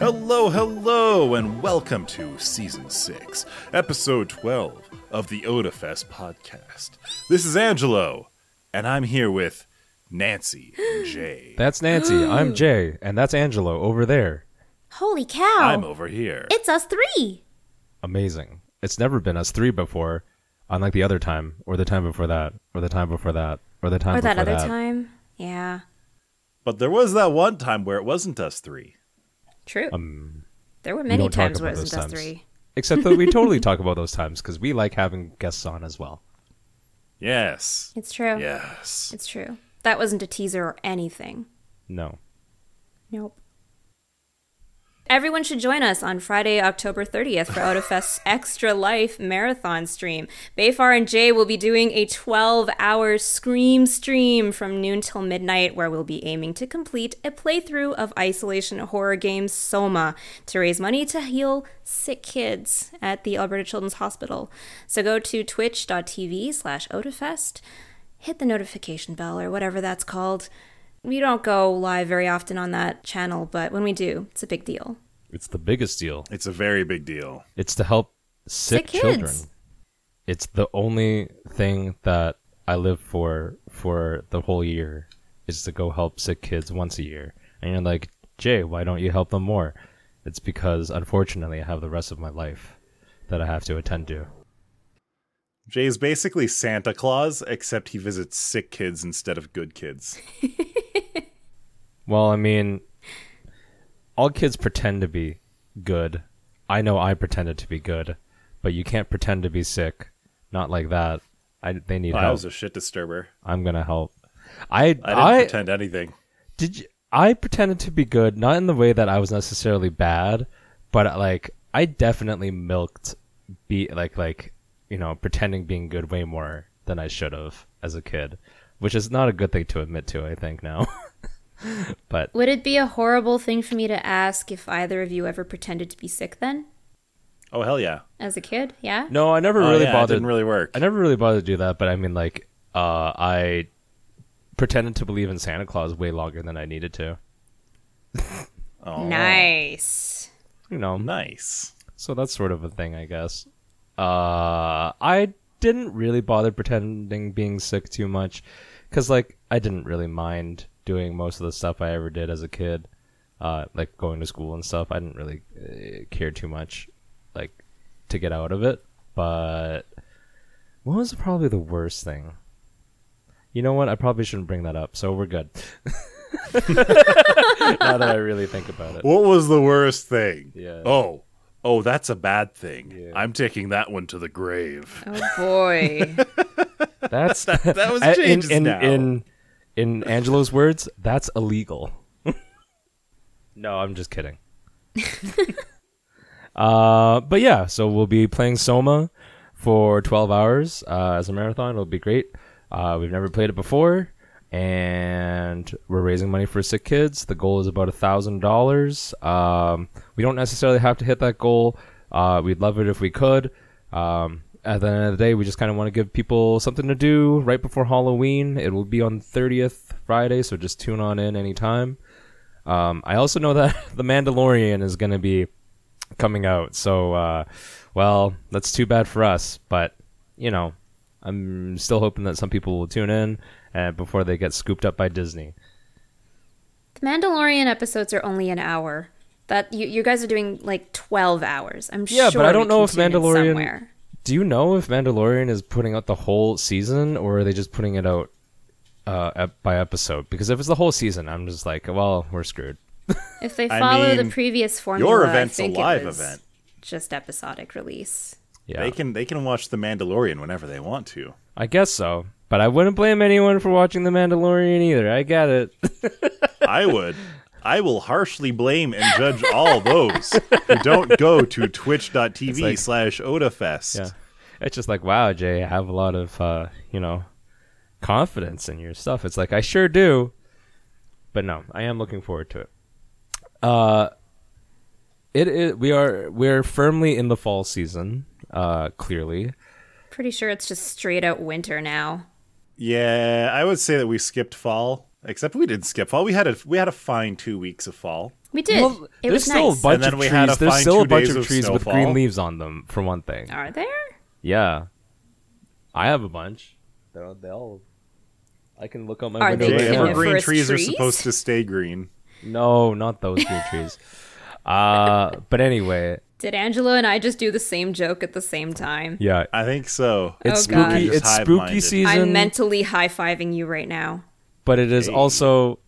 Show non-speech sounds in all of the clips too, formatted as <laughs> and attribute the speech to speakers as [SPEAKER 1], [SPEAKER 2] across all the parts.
[SPEAKER 1] Hello, hello, and welcome to Season 6, Episode 12 of the OdaFest podcast. This is Angelo, and I'm here with Nancy
[SPEAKER 2] <gasps>
[SPEAKER 1] and Jay.
[SPEAKER 2] That's Nancy.
[SPEAKER 3] <gasps>
[SPEAKER 2] I'm Jay, and that's Angelo over there.
[SPEAKER 3] Holy cow!
[SPEAKER 1] I'm over here.
[SPEAKER 3] it's us three.
[SPEAKER 2] Amazing. It's never been us three before, unlike the other time, or the time before that, or the time before that, or the time
[SPEAKER 3] or that
[SPEAKER 2] before
[SPEAKER 3] other
[SPEAKER 2] that.
[SPEAKER 3] time. Yeah.
[SPEAKER 1] But there was that one time where it wasn't us three.
[SPEAKER 3] True.
[SPEAKER 2] Um,
[SPEAKER 3] there were
[SPEAKER 2] we
[SPEAKER 3] many
[SPEAKER 2] don't talk
[SPEAKER 3] times where it
[SPEAKER 2] about
[SPEAKER 3] was
[SPEAKER 2] those
[SPEAKER 3] us
[SPEAKER 2] times.
[SPEAKER 3] three.
[SPEAKER 2] except that we totally talk about those times because we like having guests on as well.
[SPEAKER 1] Yes.
[SPEAKER 3] It's true.
[SPEAKER 1] Yes.
[SPEAKER 3] It's true. That wasn't a teaser or anything.
[SPEAKER 2] No.
[SPEAKER 3] Nope. Everyone should join us on Friday, October 30th for Autofest's Extra Life Marathon stream. Bayfar and Jay will be doing a 12 hour Scream stream from noon till midnight, where we'll be aiming to complete a playthrough of isolation horror game Soma to raise money to heal sick kids at the Alberta Children's Hospital. So go to twitch.tv slash Otafest hit the notification bell or whatever that's called. We don't go live very often on that channel, but when we do, it's a big deal.
[SPEAKER 2] It's the biggest deal.
[SPEAKER 1] It's a very big deal.
[SPEAKER 2] It's to help sick,
[SPEAKER 3] Sick kids.
[SPEAKER 2] children. It's the only thing that I live for for the whole year is to go help sick kids once a year. And you're like, Jay, why don't you help them more? It's because unfortunately I have the rest of my life that I have to attend to.
[SPEAKER 1] Jay is basically Santa Claus, except he visits sick kids instead of good kids.
[SPEAKER 2] Well, I mean, all kids pretend to be good. I know I pretended to be good, but you can't pretend to be sick. Not like that. I, they need
[SPEAKER 1] I
[SPEAKER 2] help.
[SPEAKER 1] was a shit disturber.
[SPEAKER 2] I'm gonna help. I
[SPEAKER 1] I didn't
[SPEAKER 2] I,
[SPEAKER 1] pretend anything.
[SPEAKER 2] did. You, I pretended to be good, not in the way that I was necessarily bad, but like I definitely milked be like like you know pretending being good way more than I should have as a kid, which is not a good thing to admit to. I think now, <laughs> but
[SPEAKER 3] Would it be a horrible thing for me to ask if either of you ever pretended to be sick then?
[SPEAKER 1] Oh, hell yeah.
[SPEAKER 3] As a kid? Yeah?
[SPEAKER 2] no, I never
[SPEAKER 1] Oh,
[SPEAKER 2] really
[SPEAKER 1] yeah, It
[SPEAKER 2] bothered.
[SPEAKER 1] didn't really work.
[SPEAKER 2] I never really bothered to do that, but I mean like uh, I pretended to believe in Santa Claus way longer than I needed to.
[SPEAKER 1] Oh,
[SPEAKER 3] Nice.
[SPEAKER 2] You know,
[SPEAKER 1] Nice.
[SPEAKER 2] So that's sort of a thing, I guess. Uh, I didn't really bother pretending being sick too much, cause like I didn't really mind doing most of the stuff I ever did as a kid, uh, like going to school and stuff. I didn't really uh, care too much, like to get out of it. But what was probably the worst thing? You know what? I probably shouldn't bring that up. So we're good. <laughs> now that I really think about it,
[SPEAKER 1] What was the worst thing?
[SPEAKER 2] Yeah.
[SPEAKER 1] Oh, oh, that's a bad thing. I'm taking that one to the grave.
[SPEAKER 3] Oh
[SPEAKER 2] <laughs>
[SPEAKER 3] boy.
[SPEAKER 1] <laughs>
[SPEAKER 2] that's
[SPEAKER 1] That
[SPEAKER 2] <laughs>
[SPEAKER 1] was
[SPEAKER 2] Uh,
[SPEAKER 1] changes
[SPEAKER 2] in, in,
[SPEAKER 1] now.
[SPEAKER 2] in in Angelo's words, that's illegal. no, I'm just kidding. uh, but yeah, so we'll be playing Soma for 12 hours uh, as a marathon. It'll be great. Uh, we've never played it before, and we're raising money for sick kids. The goal is about a thousand dollars. Um, We don't necessarily have to hit that goal. Uh, we'd love it if we could. Um, at the end of the day, we just kind of want to give people something to do right before Halloween. It will be on 30th Friday, so just tune on in anytime. Um, I also know that <laughs> The Mandalorian is going to be coming out, so uh, well, that's too bad for us. But you know, I'm still hoping that some people will tune in uh, before they get scooped up by Disney.
[SPEAKER 3] the Mandalorian episodes are only an hour. That you, you guys are doing like twelve hours. I'm sure.
[SPEAKER 2] Yeah, but I don't
[SPEAKER 3] we
[SPEAKER 2] know
[SPEAKER 3] can
[SPEAKER 2] if
[SPEAKER 3] tune in
[SPEAKER 2] Mandalorian-
[SPEAKER 3] somewhere.
[SPEAKER 2] Do you know if Mandalorian is putting out the whole season, or are they just putting it out uh, ep- by episode? Because if it's the whole season, I'm just like, well, we're screwed.
[SPEAKER 3] If they
[SPEAKER 1] I
[SPEAKER 3] follow
[SPEAKER 1] mean,
[SPEAKER 3] the previous formula,
[SPEAKER 1] Your
[SPEAKER 3] I
[SPEAKER 1] event's a
[SPEAKER 3] think it
[SPEAKER 1] live
[SPEAKER 3] was
[SPEAKER 1] event.
[SPEAKER 3] Just episodic release.
[SPEAKER 2] Yeah,
[SPEAKER 1] They can they can watch The Mandalorian whenever they want to.
[SPEAKER 2] I guess so. But I wouldn't blame anyone for watching The Mandalorian either. I get it.
[SPEAKER 1] <laughs> I would. I will harshly blame and judge all those who don't go to twitch.tv
[SPEAKER 2] like-
[SPEAKER 1] slash
[SPEAKER 2] <laughs>
[SPEAKER 1] odafest.
[SPEAKER 2] Yeah. It's just like, wow, Jay, I have a lot of, uh, you know, confidence in your stuff. It's like, I sure do. But no, I am looking forward to it. Uh, it, it we are we're firmly in the fall season, uh, clearly.
[SPEAKER 3] Pretty sure it's just straight out winter now.
[SPEAKER 1] Yeah, I would say that we skipped fall Except we didn't skip fall. We had a we had a fine two weeks of fall.
[SPEAKER 3] We did.
[SPEAKER 2] Well,
[SPEAKER 3] it
[SPEAKER 2] there's
[SPEAKER 3] was
[SPEAKER 2] still
[SPEAKER 3] nice.
[SPEAKER 2] a bunch
[SPEAKER 1] And then
[SPEAKER 2] of
[SPEAKER 1] we
[SPEAKER 2] trees.
[SPEAKER 1] had a
[SPEAKER 2] there's
[SPEAKER 1] fine
[SPEAKER 2] still a
[SPEAKER 1] two
[SPEAKER 2] bunch
[SPEAKER 1] days
[SPEAKER 2] of
[SPEAKER 1] of
[SPEAKER 2] trees with
[SPEAKER 1] snowfall.
[SPEAKER 2] green leaves on them, for one thing.
[SPEAKER 3] Are there?
[SPEAKER 2] Yeah, I have a bunch. They're, they all. I can look out my
[SPEAKER 3] Are
[SPEAKER 2] window.
[SPEAKER 1] Jay,
[SPEAKER 3] they
[SPEAKER 2] right now.
[SPEAKER 3] Kenya
[SPEAKER 1] evergreen
[SPEAKER 3] forest
[SPEAKER 1] trees are
[SPEAKER 3] trees?
[SPEAKER 1] supposed to stay green.
[SPEAKER 2] No, not those green trees. Uh, but anyway,
[SPEAKER 3] Did Angela and I just do the same joke at the same time?
[SPEAKER 2] yeah,
[SPEAKER 1] I think so.
[SPEAKER 2] it's
[SPEAKER 3] Oh, God.
[SPEAKER 2] spooky.
[SPEAKER 1] Just
[SPEAKER 2] It's
[SPEAKER 1] hive-minded.
[SPEAKER 2] spooky season,
[SPEAKER 3] I'm mentally high fiving you right now.
[SPEAKER 2] but it is
[SPEAKER 1] Hey.
[SPEAKER 2] also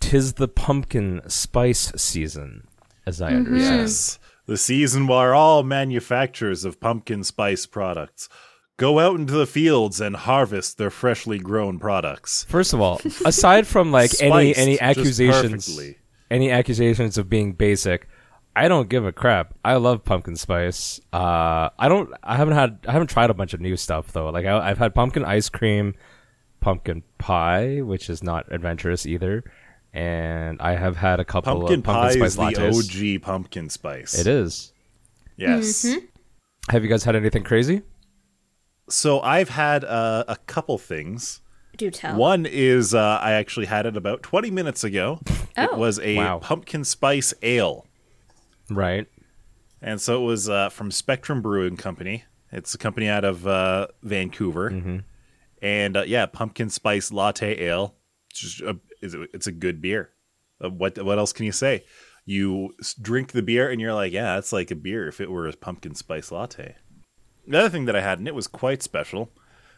[SPEAKER 2] tis the pumpkin spice season, as
[SPEAKER 3] Mm-hmm.
[SPEAKER 2] I understand.
[SPEAKER 1] Yes. The season where all manufacturers of pumpkin spice products go out into the fields and harvest their freshly grown products.
[SPEAKER 2] First of all, aside from like any
[SPEAKER 1] Spiced
[SPEAKER 2] any
[SPEAKER 1] just
[SPEAKER 2] accusations,
[SPEAKER 1] perfectly.
[SPEAKER 2] any accusations of being basic, I don't give a crap. I love pumpkin spice. Uh, I don't. I haven't had. I haven't tried a bunch of new stuff though. Like I, I've had pumpkin ice cream, pumpkin pie, which is not adventurous either, and I have had a couple
[SPEAKER 1] Pumpkin
[SPEAKER 2] of
[SPEAKER 1] pie
[SPEAKER 2] Oh, uh, pumpkin
[SPEAKER 1] is
[SPEAKER 2] spice lattes.
[SPEAKER 1] the OG pumpkin spice.
[SPEAKER 2] It is.
[SPEAKER 1] Yes.
[SPEAKER 2] Have you guys had anything crazy?
[SPEAKER 1] So I've had uh, a couple things.
[SPEAKER 3] Do tell.
[SPEAKER 1] One is uh, I actually had it about 20 minutes ago. It
[SPEAKER 3] Oh.
[SPEAKER 1] was a
[SPEAKER 2] Wow.
[SPEAKER 1] pumpkin spice ale.
[SPEAKER 2] Right.
[SPEAKER 1] And so it was uh, from Spectrum Brewing Company. It's a company out of uh, Vancouver. And uh, yeah, pumpkin spice latte ale. It's, just a, it's a- it's a good beer. Uh, what what else can you say? You s- drink the beer and you're like, yeah, that's like a beer if it were a pumpkin spice latte. The other thing that I had, and it was quite special.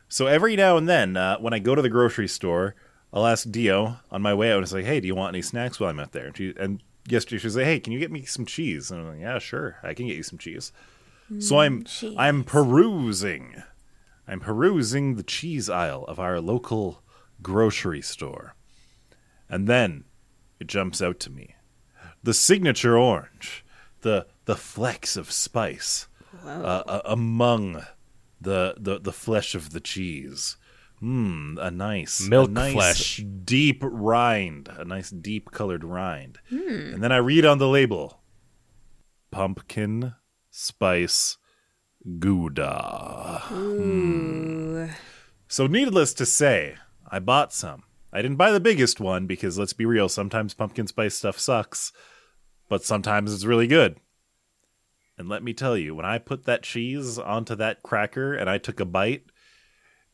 [SPEAKER 1] So every now and then, uh, when I go to the grocery store, I'll ask Dio on my way out. I was like, "Hey, do you want any snacks while I'm out there?" And, she, and yesterday she was like, "Hey, can you get me some cheese?" And I'm like, "Yeah, sure, I can get you some cheese." so I'm
[SPEAKER 3] cheese.
[SPEAKER 1] I'm perusing, I'm perusing the cheese aisle of our local grocery store, and then it jumps out to me, the signature orange, the the flecks of spice uh, uh, among the, the the flesh of the cheese. Mmm, a nice
[SPEAKER 2] Milk
[SPEAKER 1] a nice
[SPEAKER 2] flesh.
[SPEAKER 1] deep rind, a nice deep colored rind. And then I read on the label, pumpkin spice gouda. Mm. So, needless to say, I bought some. I didn't buy the biggest one because let's be real, sometimes pumpkin spice stuff sucks, but sometimes it's really good. And let me tell you, when I put that cheese onto that cracker and I took a bite,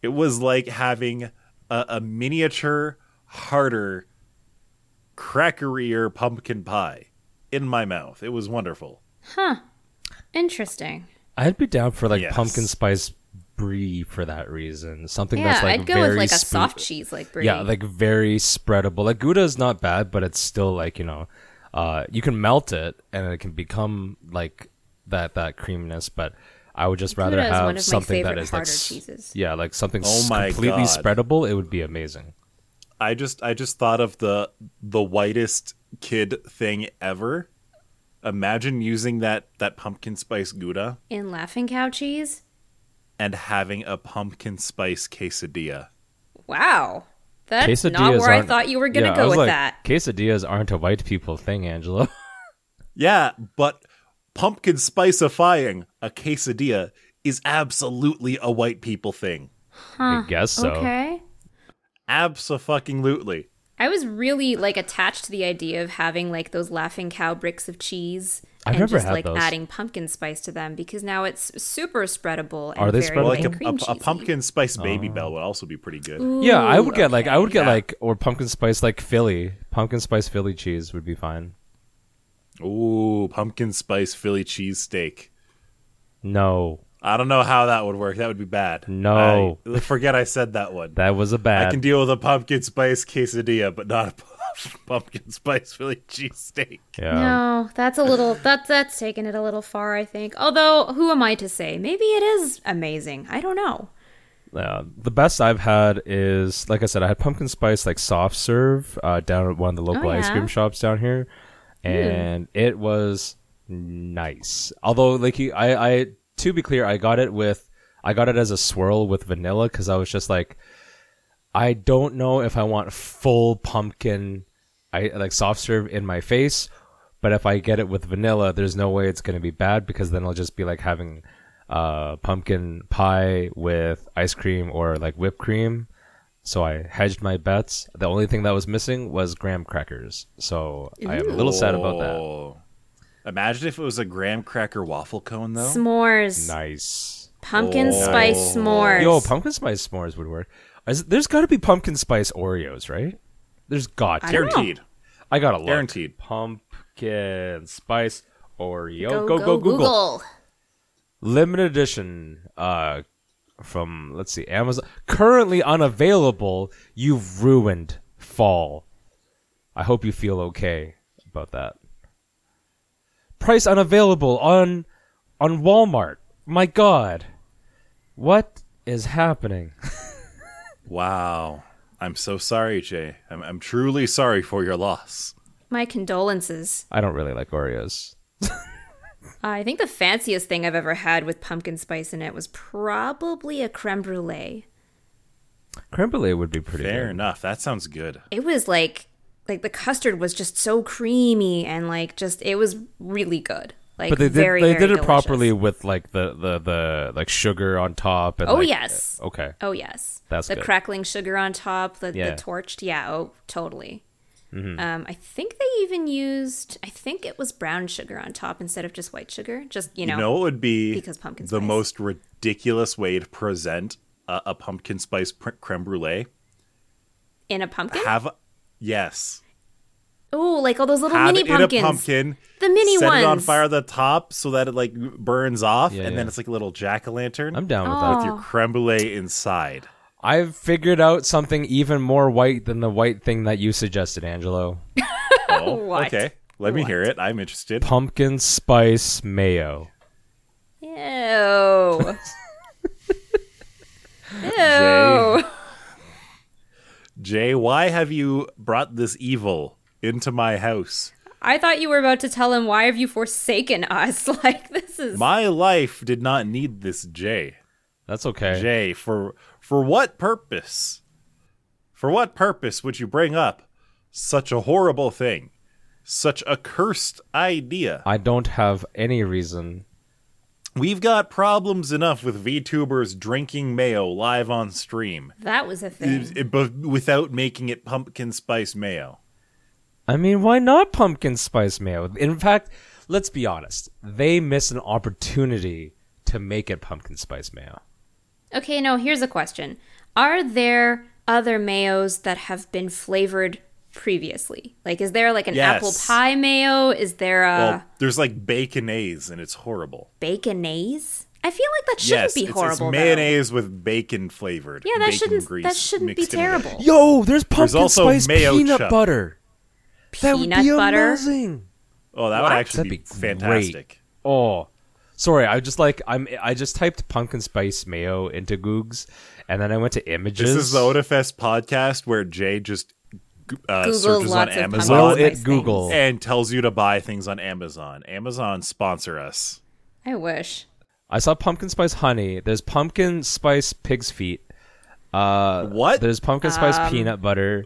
[SPEAKER 1] it was like having a, a miniature, harder, crackerier pumpkin pie in my mouth. It was wonderful.
[SPEAKER 3] Interesting.
[SPEAKER 2] I'd be down for like
[SPEAKER 1] Yes.
[SPEAKER 2] pumpkin spice brie for that reason. Something
[SPEAKER 3] Yeah,
[SPEAKER 2] that's like
[SPEAKER 3] I'd go
[SPEAKER 2] very
[SPEAKER 3] with like a
[SPEAKER 2] spoo-
[SPEAKER 3] soft cheese like brie.
[SPEAKER 2] Yeah, like very spreadable. Like Gouda is not bad, but it's still like you know, uh, you can melt it and it can become like that that creaminess. But I would just rather
[SPEAKER 3] Gouda is
[SPEAKER 2] have
[SPEAKER 3] one of my
[SPEAKER 2] something that
[SPEAKER 3] favorite
[SPEAKER 2] is like
[SPEAKER 3] harder
[SPEAKER 2] s-
[SPEAKER 3] cheeses.
[SPEAKER 2] yeah, like something
[SPEAKER 1] Oh
[SPEAKER 2] s-
[SPEAKER 1] my
[SPEAKER 2] completely
[SPEAKER 1] God.
[SPEAKER 2] spreadable. It would be amazing.
[SPEAKER 1] I just I just thought of the the whitest kid thing ever. Imagine using that that pumpkin spice gouda
[SPEAKER 3] in laughing cow cheese.
[SPEAKER 1] and having a pumpkin spice quesadilla.
[SPEAKER 3] Wow, that's not where I
[SPEAKER 2] aren't-
[SPEAKER 3] thought you were gonna
[SPEAKER 2] Yeah, I
[SPEAKER 3] go
[SPEAKER 2] was
[SPEAKER 3] with
[SPEAKER 2] like,
[SPEAKER 3] that.
[SPEAKER 2] Quesadillas aren't a white people thing, Angela. <laughs>
[SPEAKER 1] Yeah, but pumpkin spiceifying a quesadilla is absolutely a white people thing.
[SPEAKER 2] I guess so.
[SPEAKER 3] Okay.
[SPEAKER 1] Abso-fucking-lutely.
[SPEAKER 3] I was really like attached to the idea of having like those laughing cow bricks of cheese
[SPEAKER 2] I've
[SPEAKER 3] and
[SPEAKER 2] never
[SPEAKER 3] just
[SPEAKER 2] had
[SPEAKER 3] like
[SPEAKER 2] those.
[SPEAKER 3] adding pumpkin spice to them because now it's super spreadable and
[SPEAKER 2] Are they
[SPEAKER 3] very
[SPEAKER 2] spreadable?
[SPEAKER 1] Like
[SPEAKER 3] like
[SPEAKER 1] a,
[SPEAKER 3] cream
[SPEAKER 1] a, a
[SPEAKER 3] cheesy.
[SPEAKER 1] pumpkin spice baby bell would also be pretty good.
[SPEAKER 2] Yeah, I
[SPEAKER 3] Ooh,
[SPEAKER 2] would get like I would get
[SPEAKER 1] okay.
[SPEAKER 2] like or pumpkin spice like Philly pumpkin spice Philly cheese would be fine.
[SPEAKER 1] Ooh, pumpkin spice Philly cheesesteak.
[SPEAKER 2] No,
[SPEAKER 1] I don't know how that would work. That would be bad.
[SPEAKER 2] No.
[SPEAKER 1] I- forget I said that one.
[SPEAKER 2] that was a bad.
[SPEAKER 1] I can deal with a pumpkin spice quesadilla, but not a pu- <laughs> pumpkin spice Philly cheesesteak.
[SPEAKER 2] yeah.
[SPEAKER 3] No, that's a little that that's taking it a little far, I think. Although, who am I to say? Maybe it is amazing. I don't know.
[SPEAKER 2] Yeah, Uh, the best I've had is like I said, I had pumpkin spice like soft serve uh, down at one of the local ice
[SPEAKER 3] yeah.
[SPEAKER 2] cream shops down here, and it was nice. Although, like you, I, I to be clear, I got it with I got it as a swirl with vanilla because I was just like, I don't know if I want full pumpkin, I like soft serve in my face, but if I get it with vanilla, there's no way it's gonna be bad because then it'll just be like having uh, pumpkin pie with ice cream or like whipped cream. So I hedged my bets. The only thing that was missing was graham crackers. So I am a little sad about that.
[SPEAKER 1] Oh. Imagine if it was a graham cracker waffle cone, though.
[SPEAKER 3] S'mores.
[SPEAKER 2] Nice.
[SPEAKER 3] Pumpkin spice
[SPEAKER 1] Oh.
[SPEAKER 3] s'mores.
[SPEAKER 2] Yo, pumpkin spice s'mores would work. Is- There's got to be pumpkin spice Oreos, right? There's got to.
[SPEAKER 3] I don't know.
[SPEAKER 1] Guaranteed.
[SPEAKER 2] I got to look.
[SPEAKER 1] Guaranteed.
[SPEAKER 2] Pumpkin spice Oreo.
[SPEAKER 3] go,
[SPEAKER 2] Go, go, Google. Limited edition uh, from, let's see, Amazon. Currently unavailable. You've ruined fall. I hope you feel okay about that. Price unavailable on on Walmart. My God. What is happening?
[SPEAKER 1] Wow. I'm so sorry, Jay. I'm, I'm truly sorry for your loss.
[SPEAKER 3] My condolences.
[SPEAKER 2] I don't really like Oreos.
[SPEAKER 3] I think the fanciest thing I've ever had with pumpkin spice in it was probably a creme brulee.
[SPEAKER 2] Creme brulee would be pretty
[SPEAKER 1] Fair
[SPEAKER 2] good.
[SPEAKER 1] enough. That sounds good.
[SPEAKER 3] It was like like the custard was just so creamy and like just it was really good. Like
[SPEAKER 2] But they did
[SPEAKER 3] very,
[SPEAKER 2] they
[SPEAKER 3] very
[SPEAKER 2] did it
[SPEAKER 3] delicious.
[SPEAKER 2] properly with like the, the, the like sugar on top and
[SPEAKER 3] Oh
[SPEAKER 2] like-
[SPEAKER 3] yes.
[SPEAKER 2] Okay.
[SPEAKER 3] Oh yes.
[SPEAKER 2] That's
[SPEAKER 3] the
[SPEAKER 2] good.
[SPEAKER 3] crackling sugar on top, the,
[SPEAKER 2] Yeah. Mm-hmm.
[SPEAKER 3] the torched. Yeah, oh totally. Um, I think they even used I think it was brown sugar on top instead of just white sugar. Just you know,
[SPEAKER 1] You know what would be
[SPEAKER 3] Because pumpkin
[SPEAKER 1] the
[SPEAKER 3] spice.
[SPEAKER 1] most ridiculous way to present a, a pumpkin spice pr- creme brulee?
[SPEAKER 3] in a pumpkin.
[SPEAKER 1] Have yes,
[SPEAKER 3] Oh, like all those little
[SPEAKER 1] have
[SPEAKER 3] mini
[SPEAKER 1] it
[SPEAKER 3] pumpkins.
[SPEAKER 1] in a pumpkin.
[SPEAKER 3] The mini
[SPEAKER 1] set it on
[SPEAKER 3] ones.
[SPEAKER 1] fire at the top so that it like burns off,
[SPEAKER 2] Yeah,
[SPEAKER 1] and then
[SPEAKER 2] yeah.
[SPEAKER 1] it's like a little jack o' lantern.
[SPEAKER 2] I'm down with
[SPEAKER 3] Oh.
[SPEAKER 2] that.
[SPEAKER 1] with your creme brulee inside.
[SPEAKER 2] I've figured out something even more white than the white thing that you suggested,
[SPEAKER 3] <laughs>
[SPEAKER 2] Angelo.
[SPEAKER 1] Oh,
[SPEAKER 3] <laughs> What?
[SPEAKER 1] okay. Let me hear it. I'm interested.
[SPEAKER 2] Pumpkin spice mayo.
[SPEAKER 3] Ew.
[SPEAKER 1] Jay.
[SPEAKER 3] Ew.
[SPEAKER 1] <laughs> Jay, why have you brought this evil into my house?
[SPEAKER 3] I thought you were about to tell him why have you forsaken us? <laughs> Like this is
[SPEAKER 1] My life did not need this Jay.
[SPEAKER 2] That's okay.
[SPEAKER 1] Jay, for for what purpose? For what purpose would you bring up such a horrible thing? Such a cursed idea.
[SPEAKER 2] I don't have any reason.
[SPEAKER 1] We've got problems enough with VTubers drinking mayo live on stream,
[SPEAKER 3] that was a thing.
[SPEAKER 1] it, it- but without making it pumpkin spice mayo.
[SPEAKER 2] I mean, why not pumpkin spice mayo? In fact, let's be honest. They miss an opportunity to make it pumpkin spice mayo.
[SPEAKER 3] Okay, now here's a question. Are there other mayos that have been flavored previously? Like is there like an
[SPEAKER 1] Yes.
[SPEAKER 3] apple pie mayo? Is there a
[SPEAKER 1] well, there's like baconaise, and it's horrible.
[SPEAKER 3] baconaise? I feel like that shouldn't
[SPEAKER 1] Yes,
[SPEAKER 3] be
[SPEAKER 1] it's, it's
[SPEAKER 3] horrible. though.
[SPEAKER 1] mayonnaise with bacon flavored.
[SPEAKER 3] Yeah, that
[SPEAKER 1] bacon
[SPEAKER 3] shouldn't
[SPEAKER 1] grease
[SPEAKER 3] that shouldn't be
[SPEAKER 1] mixed in with it.
[SPEAKER 3] terrible.
[SPEAKER 2] Yo, there's pumpkin
[SPEAKER 1] also
[SPEAKER 2] spice
[SPEAKER 1] mayo
[SPEAKER 2] peanut
[SPEAKER 1] chup.
[SPEAKER 2] butter. that would
[SPEAKER 3] Peanut
[SPEAKER 2] be
[SPEAKER 3] butter.
[SPEAKER 2] amazing.
[SPEAKER 1] Oh, that
[SPEAKER 2] What?
[SPEAKER 1] would actually
[SPEAKER 2] That'd be great.
[SPEAKER 1] fantastic.
[SPEAKER 2] Oh, sorry. I just like I'm. I just typed pumpkin spice mayo into Googs, and then I went to images.
[SPEAKER 1] This is the OdaFest podcast where Jay just uh,
[SPEAKER 3] Google
[SPEAKER 1] searches on
[SPEAKER 3] lots of
[SPEAKER 2] Will
[SPEAKER 1] Amazon
[SPEAKER 3] pumpkin
[SPEAKER 2] it
[SPEAKER 3] spice
[SPEAKER 2] Google?
[SPEAKER 1] and tells you to buy things on Amazon. Amazon sponsor us.
[SPEAKER 3] I wish.
[SPEAKER 2] I saw pumpkin spice honey. There's pumpkin spice pig's feet. Uh,
[SPEAKER 1] What?
[SPEAKER 2] There's pumpkin spice
[SPEAKER 3] Um,
[SPEAKER 2] peanut butter.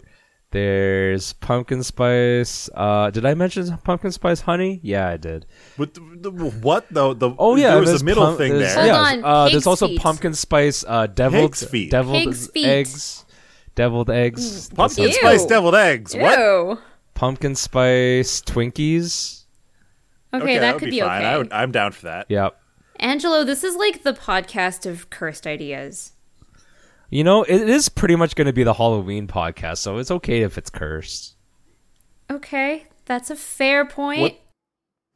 [SPEAKER 2] There's pumpkin spice. Uh, did I mention pumpkin spice honey? Yeah, I did.
[SPEAKER 1] But the, the, what though? The
[SPEAKER 2] Oh yeah,
[SPEAKER 1] there was
[SPEAKER 2] there's
[SPEAKER 1] a middle
[SPEAKER 2] pum-
[SPEAKER 1] thing
[SPEAKER 2] there's-
[SPEAKER 1] there.
[SPEAKER 3] Hold
[SPEAKER 2] yeah,
[SPEAKER 3] on,
[SPEAKER 2] uh, there's
[SPEAKER 3] pig's
[SPEAKER 2] also
[SPEAKER 3] feet.
[SPEAKER 2] pumpkin spice uh, deviled
[SPEAKER 1] Pig's feet.
[SPEAKER 2] deviled
[SPEAKER 3] Pig's feet. Mm,
[SPEAKER 2] eggs, deviled eggs. That
[SPEAKER 1] Pumpkin
[SPEAKER 2] sounds-
[SPEAKER 3] Ew.
[SPEAKER 1] spice deviled eggs. What?
[SPEAKER 3] Ew.
[SPEAKER 2] pumpkin spice Twinkies.
[SPEAKER 3] Okay,
[SPEAKER 1] Okay,
[SPEAKER 3] that,
[SPEAKER 1] would
[SPEAKER 3] could
[SPEAKER 1] be,
[SPEAKER 3] be,
[SPEAKER 1] fine.
[SPEAKER 3] okay.
[SPEAKER 1] I would, I'm down for that.
[SPEAKER 2] Yep.
[SPEAKER 3] Angelo, this is like the podcast of cursed ideas.
[SPEAKER 2] You know, it is pretty much going to be the Halloween podcast, so it's okay if it's cursed.
[SPEAKER 3] Okay, that's a fair point.
[SPEAKER 1] What?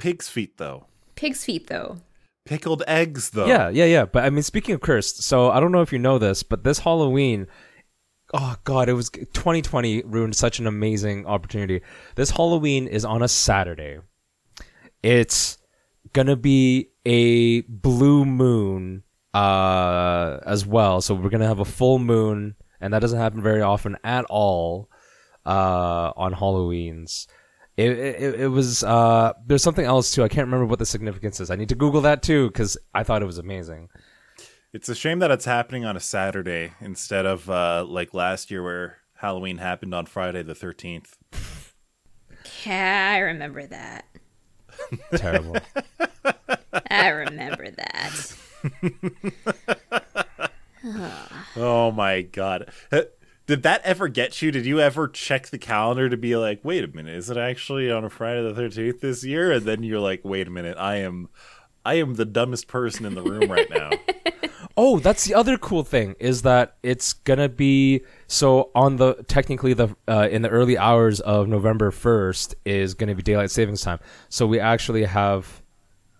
[SPEAKER 1] Pig's feet though.
[SPEAKER 3] Pig's feet, though.
[SPEAKER 1] Pickled eggs though.
[SPEAKER 2] Yeah, yeah, yeah. But I mean, speaking of cursed, so I don't know if you know this, but this Halloween, oh god, it was 2020 ruined such an amazing opportunity. This Halloween is on a Saturday. It's gonna be a blue moon uh, as well, so we're gonna have a full moon, and that doesn't happen very often at all uh, on Halloween's. It, it, it was uh, there's something else too. I can't remember what the significance is. I need to Google that too because I thought it was amazing.
[SPEAKER 1] It's a shame that it's happening on a Saturday instead of uh, like last year where Halloween happened on Friday the 13th.
[SPEAKER 3] Yeah, I remember that.
[SPEAKER 2] Terrible.
[SPEAKER 3] I <laughs> remember that.
[SPEAKER 1] Oh my god. Uh, Did that ever get you? Did you ever check the calendar to be like, wait a minute, is it actually on a Friday the thirteenth this year? And then you're like, wait a minute, I am, I am the dumbest person in the room right
[SPEAKER 2] <laughs>
[SPEAKER 1] now.
[SPEAKER 2] Oh, that's the other cool thing is that it's gonna be so on the technically the uh, in the early hours of November first is gonna be daylight savings time. So we actually have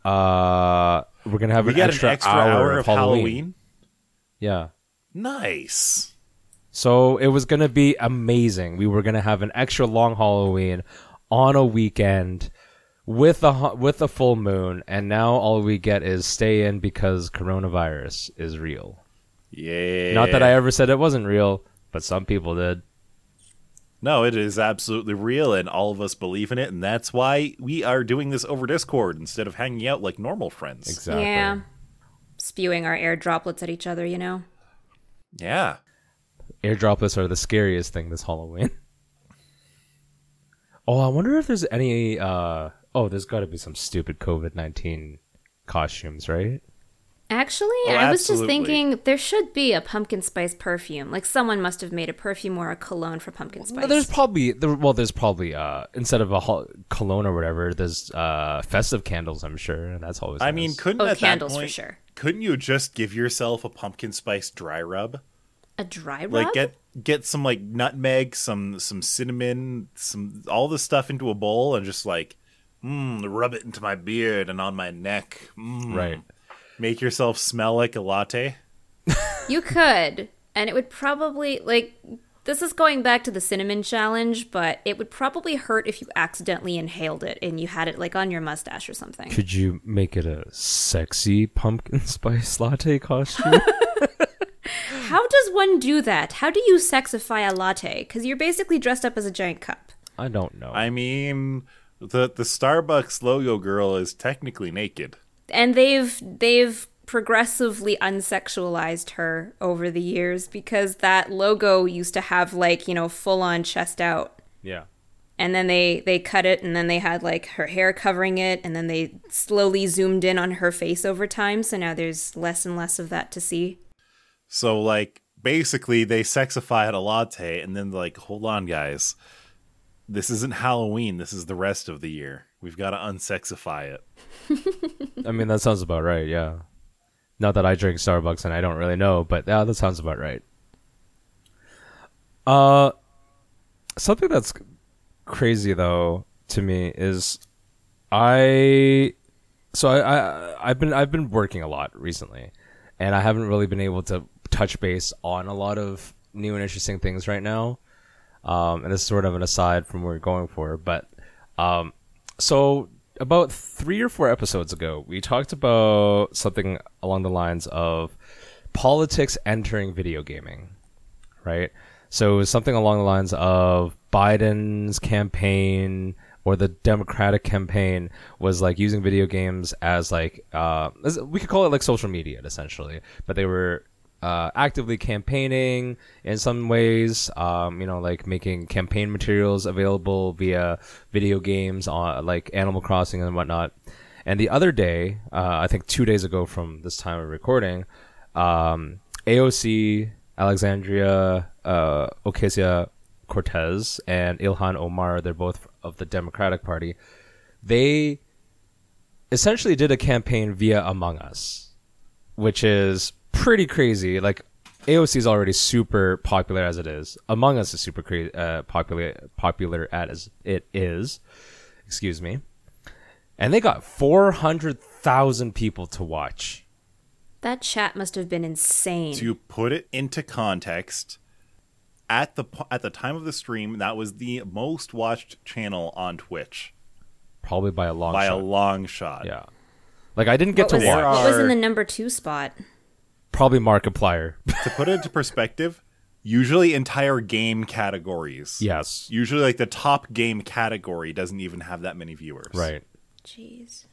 [SPEAKER 2] uh we're gonna have
[SPEAKER 1] we
[SPEAKER 2] an,
[SPEAKER 1] got
[SPEAKER 2] extra
[SPEAKER 1] an extra hour, of Halloween.
[SPEAKER 2] Yeah.
[SPEAKER 1] Nice.
[SPEAKER 2] So it was gonna be amazing. We were gonna have an extra long Halloween on a weekend with a ho- with a full moon, and now all we get is stay in because coronavirus is real.
[SPEAKER 1] Yeah.
[SPEAKER 2] Not that I ever said it wasn't real, but some people did.
[SPEAKER 1] No, it is absolutely real, and all of us believe in it, and that's why we are doing this over Discord instead of hanging out like normal friends.
[SPEAKER 2] Exactly.
[SPEAKER 3] Yeah. Spewing our air droplets at each other, you know?
[SPEAKER 1] Yeah.
[SPEAKER 2] Air droplets are the scariest thing this Halloween. <laughs> oh, I wonder if there's any. uh Oh, there's got to be some stupid COVID nineteen costumes, right?
[SPEAKER 3] Actually,
[SPEAKER 1] Oh,
[SPEAKER 3] I was just
[SPEAKER 1] absolutely.
[SPEAKER 3] thinking there should be a pumpkin spice perfume. Like someone must have made a perfume or a cologne for pumpkin
[SPEAKER 2] No,
[SPEAKER 3] spice.
[SPEAKER 2] there's probably there, well, there's probably uh instead of a hol- cologne or whatever, there's uh festive candles. I'm sure, and that's always.
[SPEAKER 1] I
[SPEAKER 2] nice.
[SPEAKER 1] mean, couldn't
[SPEAKER 3] Oh,
[SPEAKER 1] at
[SPEAKER 3] candles
[SPEAKER 1] that
[SPEAKER 3] for
[SPEAKER 1] point,
[SPEAKER 3] sure.
[SPEAKER 1] couldn't you just give yourself a pumpkin spice dry rub?
[SPEAKER 3] a dry rub.
[SPEAKER 1] Like get get some like nutmeg, some some cinnamon, some all this stuff into a bowl, and just like, mm, rub it into my beard and on my neck. Mm.
[SPEAKER 2] right?
[SPEAKER 1] Make yourself smell like a latte.
[SPEAKER 3] You could, and it would probably like this is going back to the cinnamon challenge, but it would probably hurt if you accidentally inhaled it and you had it like on your mustache or something.
[SPEAKER 2] Could you make it a sexy pumpkin <laughs> spice latte costume?
[SPEAKER 3] How does one do that? How do you sexify a latte? Because you're basically dressed up as a giant cup.
[SPEAKER 2] I don't know.
[SPEAKER 1] I mean, the the Starbucks logo girl is technically naked.
[SPEAKER 3] and they've they've progressively unsexualized her over the years because that logo used to have like you know full on chest out
[SPEAKER 2] yeah.
[SPEAKER 3] and then they they cut it and then they had like her hair covering it and then they slowly zoomed in on her face over time so now there's less and less of that to see
[SPEAKER 1] So like basically they sexified a latte and then like hold on guys. This isn't Halloween, this is the rest of the year. We've got to unsexify it.
[SPEAKER 2] I mean, that sounds about right. Yeah. Not that I drink Starbucks and I don't really know, but yeah, that sounds about right. Uh, something that's crazy though to me is I so I, I I've been I've been working a lot recently, and I haven't really been able to touch base on a lot of new and interesting things right now. Um, and this is sort of an aside from what we're going for, but um, so about three or four episodes ago, we talked about something along the lines of politics entering video gaming, right? So it was something along the lines of Biden's campaign or the Democratic campaign was like using video games as like uh, as- we could call it like social media essentially, but they were uh, actively campaigning in some ways, um, you know, like making campaign materials available via video games on like Animal Crossing and whatnot. And the other day, uh, I think two days ago from this time of recording, um, AOC, Alexandria uh, Ocasio Cortez, and Ilhan Omar, they're both of the Democratic Party, they essentially did a campaign via Among Us, which is pretty crazy. Like, AOC is already super popular as it is. Among Us is super cra- uh, popular popular as it is. Excuse me. And they got 400,000 people to watch.
[SPEAKER 3] that chat must have been insane
[SPEAKER 1] To put it into context, at the po- at the time of the stream, that was the most watched channel on Twitch
[SPEAKER 2] probably by a long
[SPEAKER 1] by
[SPEAKER 2] shot.
[SPEAKER 1] a long shot.
[SPEAKER 2] yeah. Like I didn't get
[SPEAKER 3] what was,
[SPEAKER 2] to watch.
[SPEAKER 1] There
[SPEAKER 3] what was in
[SPEAKER 1] are-
[SPEAKER 3] the number two spot
[SPEAKER 2] Probably Markiplier.
[SPEAKER 1] To put it into perspective, usually entire game categories.
[SPEAKER 2] <laughs> yes.
[SPEAKER 1] Usually like the top game category doesn't even have that many viewers.
[SPEAKER 2] Right.
[SPEAKER 3] jeez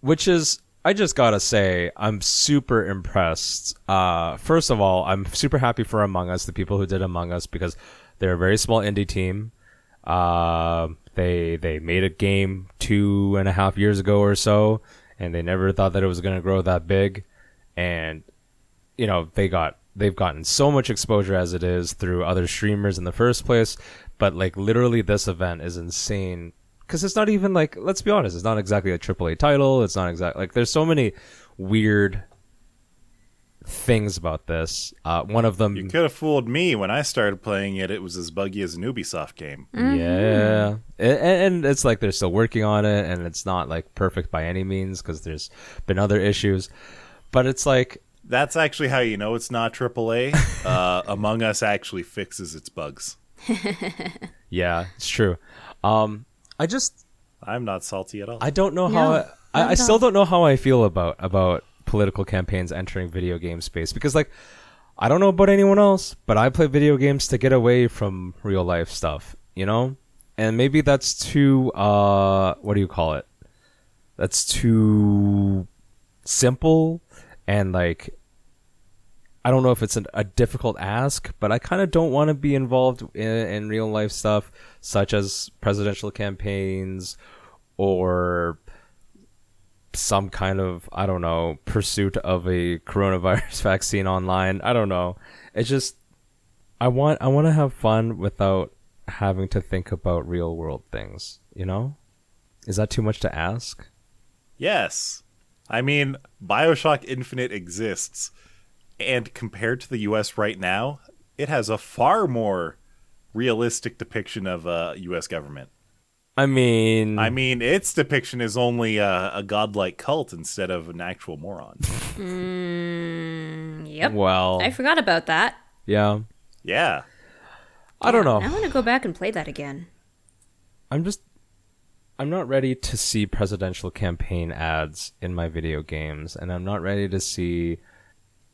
[SPEAKER 2] Which is I just gotta say, I'm super impressed. Uh, first of all, I'm super happy for Among Us, the people who did Among Us, because they're a very small indie team. Uh, they they made a game two and a half years ago or so, and they never thought that it was gonna grow that big. And you know, they got they've gotten so much exposure as it is through other streamers in the first place, but like literally this event is insane because it's not even like let's be honest, it's not exactly a AAA title. It's not exactly like there's so many weird things about this. Uh, one of them,
[SPEAKER 1] You could have fooled me when I started playing it. It was as buggy as an Ubisoft game.
[SPEAKER 2] Yeah, and, and it's like they're still working on it, and it's not like perfect by any means because there's been other issues. But it's like,
[SPEAKER 1] That's actually how you know it's not
[SPEAKER 2] <laughs>
[SPEAKER 1] AAA. uh, Among Us actually fixes its bugs.
[SPEAKER 2] yeah, it's true. Um, I just
[SPEAKER 1] I'm not salty at all.
[SPEAKER 2] I don't know
[SPEAKER 3] No,
[SPEAKER 2] how I, I,
[SPEAKER 3] not
[SPEAKER 2] I
[SPEAKER 3] at
[SPEAKER 2] still
[SPEAKER 3] all.
[SPEAKER 2] don't know how I feel about about political campaigns entering video game space because like I don't know about anyone else, but I play video games to get away from real life stuff, you know? And maybe that's too uh what do you call it? That's too simple and like I don't know if it's an, a difficult ask, but I kind of don't want to be involved in, in real life stuff such as presidential campaigns or some kind of I don't know pursuit of a coronavirus <laughs> vaccine online. I don't know. It's just I want I want to have fun without having to think about real world things. You know, is that too much to ask?
[SPEAKER 1] yes. I mean, Bioshock Infinite exists. And compared to the US right now, it has a far more realistic depiction of uh, US government.
[SPEAKER 2] I mean,
[SPEAKER 1] I mean, its depiction is only a, a godlike cult instead of an actual moron.
[SPEAKER 3] Mm, Yep.
[SPEAKER 2] well,
[SPEAKER 3] I forgot about that.
[SPEAKER 2] yeah.
[SPEAKER 1] yeah.
[SPEAKER 2] I don't know.
[SPEAKER 3] I want to go back and play that again.
[SPEAKER 2] I'm just I'm not ready to see presidential campaign ads in my video games and I'm not ready to see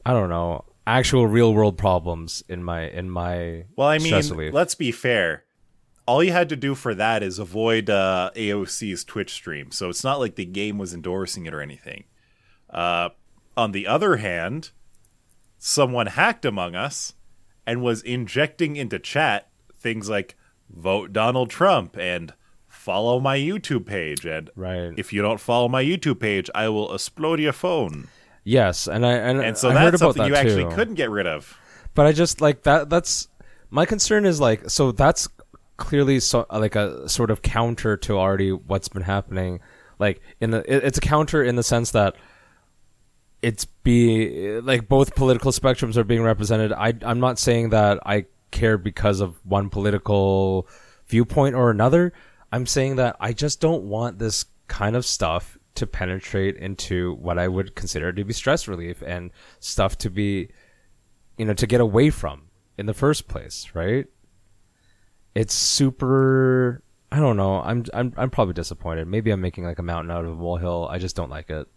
[SPEAKER 2] I don't know actual real world problems in my in my
[SPEAKER 1] Well, I mean,
[SPEAKER 2] stress relief.
[SPEAKER 1] let's be fair. All you had to do for that is avoid uh, AOC's Twitch stream. So it's not like the game was endorsing it or anything. Uh, on the other hand, someone hacked Among Us and was injecting into chat things like vote Donald Trump and follow my YouTube page. And
[SPEAKER 2] Right.
[SPEAKER 1] if you don't follow my YouTube page, I will explode your phone.
[SPEAKER 2] yes, and I and,
[SPEAKER 1] And so
[SPEAKER 2] I heard
[SPEAKER 1] that's
[SPEAKER 2] about
[SPEAKER 1] something
[SPEAKER 2] that
[SPEAKER 1] you
[SPEAKER 2] too.
[SPEAKER 1] actually couldn't get rid of.
[SPEAKER 2] But I just like that. That's my concern is like so. That's clearly so like a sort of counter to already what's been happening. Like in the it- it's a counter in the sense that it's be like both political spectrums are being represented. I I'm not saying that I care because of one political viewpoint or another. I'm saying that I just don't want this kind of stuff to penetrate into what I would consider to be stress relief and stuff to be you know to get away from in the first place, right? It's super I don't know. I'm I'm I'm probably disappointed. Maybe I'm making like a mountain out of a molehill. I just don't like it.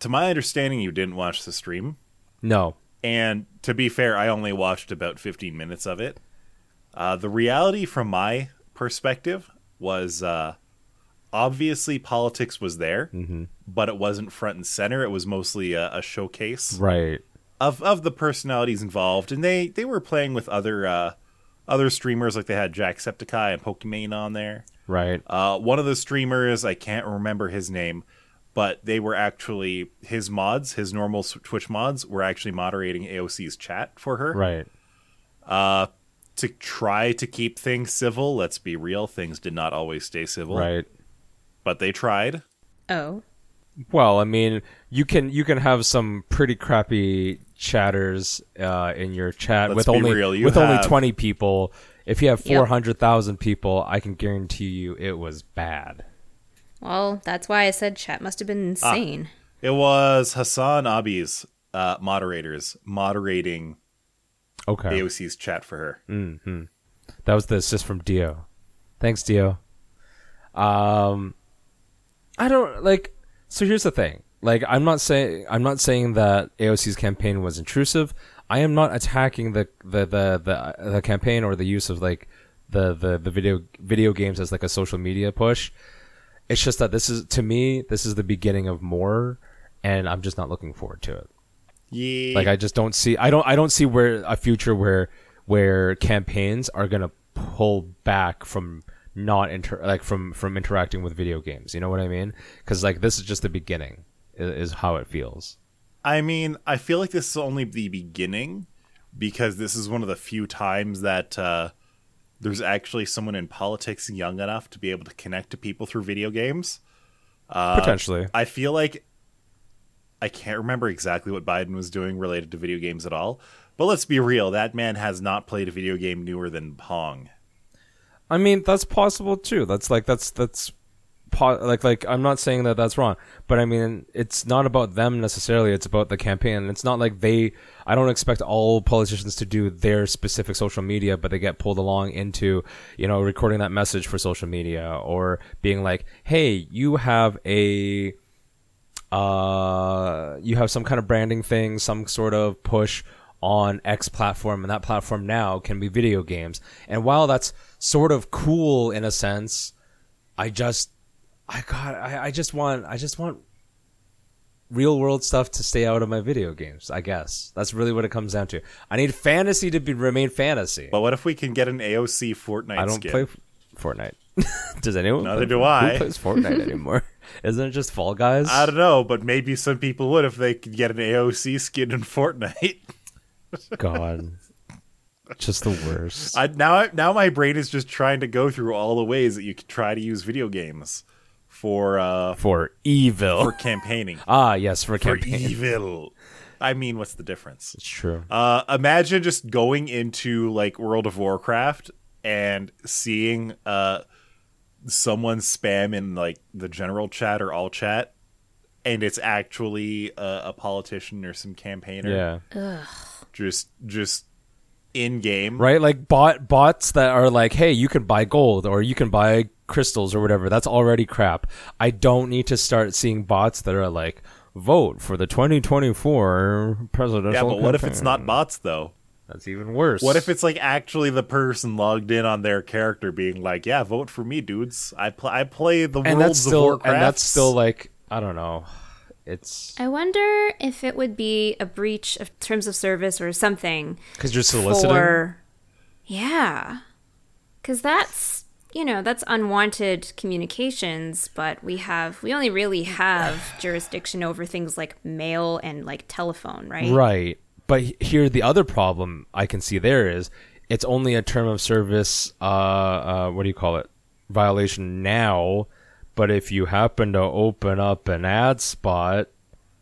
[SPEAKER 1] To my understanding, you didn't watch the stream.
[SPEAKER 2] No.
[SPEAKER 1] And to be fair, I only watched about 15 minutes of it. Uh, the reality from my perspective was uh, obviously politics was there, but it wasn't front and center. It was mostly a, a showcase
[SPEAKER 2] Right.
[SPEAKER 1] of, of the personalities involved. And they, they were playing with other, uh, other streamers, like they had Jacksepticeye and Pokimane on there.
[SPEAKER 2] Right.
[SPEAKER 1] Uh, one of the streamers, I can't remember his name, but they were actually his mods, his normal s- Twitch mods, were actually moderating AOC's chat for her
[SPEAKER 2] Right.
[SPEAKER 1] to try to keep things civil. Let's be real, things did not always stay civil,
[SPEAKER 2] Right.
[SPEAKER 1] but they tried.
[SPEAKER 3] Oh.
[SPEAKER 2] Well, I mean, you can you can have some pretty crappy chatters uh, in your chat
[SPEAKER 1] Let's
[SPEAKER 2] with
[SPEAKER 1] be
[SPEAKER 2] only
[SPEAKER 1] real, you
[SPEAKER 2] with
[SPEAKER 1] have-
[SPEAKER 2] only twenty people. If you have
[SPEAKER 3] Yep.
[SPEAKER 2] four hundred thousand people, I can guarantee you it was bad.
[SPEAKER 3] Well, that's why I said chat must have
[SPEAKER 2] Ah.
[SPEAKER 3] been insane.
[SPEAKER 1] It was Hassan Abi's uh, moderators moderating
[SPEAKER 2] Okay,
[SPEAKER 1] AOC's chat for her.
[SPEAKER 2] Mm. that was the assist from Dio. Thanks, Dio. Um, I don't like. So here's the thing. Like, I'm not saying I'm not saying that AOC's campaign was intrusive. I am not attacking the the the the, the campaign or the use of like the, the the video video games as like a social media push. It's just that this is to me this is the beginning of more, and I'm just not looking forward to it.
[SPEAKER 1] Yeah.
[SPEAKER 2] Like I just don't see I don't I don't see where a future where where campaigns are gonna pull back from not inter like from from interacting with video games. You know what I mean? Because like this is just the beginning i- is how it feels.
[SPEAKER 1] I mean, I feel like this is only the beginning because this is one of the few times that uh, there's actually someone in politics young enough to be able to connect to people through video games.
[SPEAKER 2] Potentially.
[SPEAKER 1] I feel like I can't remember exactly what Biden was doing related to video games at all. But let's be real, that man has not played a video game newer than Pong.
[SPEAKER 2] I mean, that's possible too. That's like that's that's po- like like I'm not saying that that's wrong, but I mean, it's not about them necessarily. It's about the campaign. It's not like they. I don't expect all politicians to do their specific social media, but they get pulled along into you know recording that message for social media or being like, hey, you have a uh, you have some kind of branding thing, some sort of push on X platform, and that platform now can be video games. And while that's sort of cool in a sense, I just, I got, I, I just want, I just want real world stuff to stay out of my video games. I guess that's really what it comes down to. I need fantasy to be remain fantasy.
[SPEAKER 1] But what if we can get an AOC Fortnite
[SPEAKER 2] I don't
[SPEAKER 1] skin?
[SPEAKER 2] play F- Fortnite. <laughs> Does anyone?
[SPEAKER 1] Neither
[SPEAKER 2] play-
[SPEAKER 1] do I.
[SPEAKER 2] Who plays
[SPEAKER 1] <laughs>
[SPEAKER 2] Fortnite anymore? Isn't it just Fall Guys?
[SPEAKER 1] I don't know, but maybe some people would if they could get an AOC skin in Fortnite. <laughs>
[SPEAKER 2] God, just the worst.
[SPEAKER 1] I, now, now my brain is just trying to go through all the ways that you could try to use video games for uh,
[SPEAKER 2] for evil.
[SPEAKER 1] for campaigning,
[SPEAKER 2] ah, yes, for
[SPEAKER 1] for
[SPEAKER 2] campaign.
[SPEAKER 1] evil. I mean, what's the difference?
[SPEAKER 2] It's true.
[SPEAKER 1] Uh, imagine just going into like World of Warcraft and seeing uh, someone spam in like the general chat or all chat, and it's actually a, a politician or some campaigner.
[SPEAKER 2] Yeah.
[SPEAKER 1] just just in game.
[SPEAKER 2] Right? Like bot bots that are like, hey, you can buy gold or you can buy crystals or whatever. That's already crap. I don't need to start seeing bots that are like, vote for the 2024 presidential.
[SPEAKER 1] Yeah, but what if
[SPEAKER 2] campaign."
[SPEAKER 1] it's not bots though?
[SPEAKER 2] That's even worse.
[SPEAKER 1] What if it's like actually the person logged in on their character being like, "Yeah, vote for me, dudes. I pl- I play the
[SPEAKER 2] and
[SPEAKER 1] worlds
[SPEAKER 2] that's
[SPEAKER 1] of
[SPEAKER 2] still
[SPEAKER 1] Warcraft."
[SPEAKER 2] and that's still like I don't know. It's
[SPEAKER 3] I wonder if it would be a breach of terms of service or something
[SPEAKER 2] because you're soliciting.
[SPEAKER 3] for. Yeah. Because that's, you know, that's unwanted communications, but we have, we only really have jurisdiction over things like mail and like telephone, right?
[SPEAKER 2] Right. But he- here, the other problem I can see there is it's only a term of service, uh, uh, what do you call it? Violation now. But if you happen to open up an ad spot,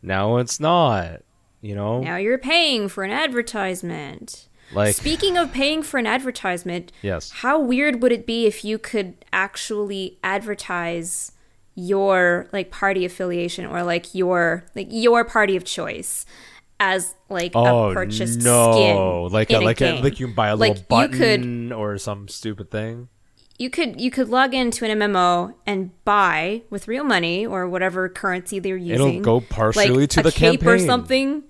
[SPEAKER 2] now it's not. You know?
[SPEAKER 3] Now you're paying for an advertisement.
[SPEAKER 2] like,
[SPEAKER 3] Speaking of paying for an advertisement,
[SPEAKER 2] yes.
[SPEAKER 3] How weird would it be if you could actually advertise your like party affiliation or like your like your party of choice as like
[SPEAKER 2] Oh
[SPEAKER 3] a purchased
[SPEAKER 2] no!
[SPEAKER 3] skin
[SPEAKER 2] Like
[SPEAKER 3] in
[SPEAKER 2] a, like
[SPEAKER 3] game.
[SPEAKER 2] a, like you can buy a
[SPEAKER 3] Like,
[SPEAKER 2] little button
[SPEAKER 3] You could
[SPEAKER 2] or some stupid thing.
[SPEAKER 3] you could you could log into an MMO and buy with real money or whatever currency they're
[SPEAKER 2] It'll
[SPEAKER 3] using.
[SPEAKER 2] go partially
[SPEAKER 3] like
[SPEAKER 2] to
[SPEAKER 3] a
[SPEAKER 2] the
[SPEAKER 3] cape or
[SPEAKER 2] campaign.
[SPEAKER 3] something.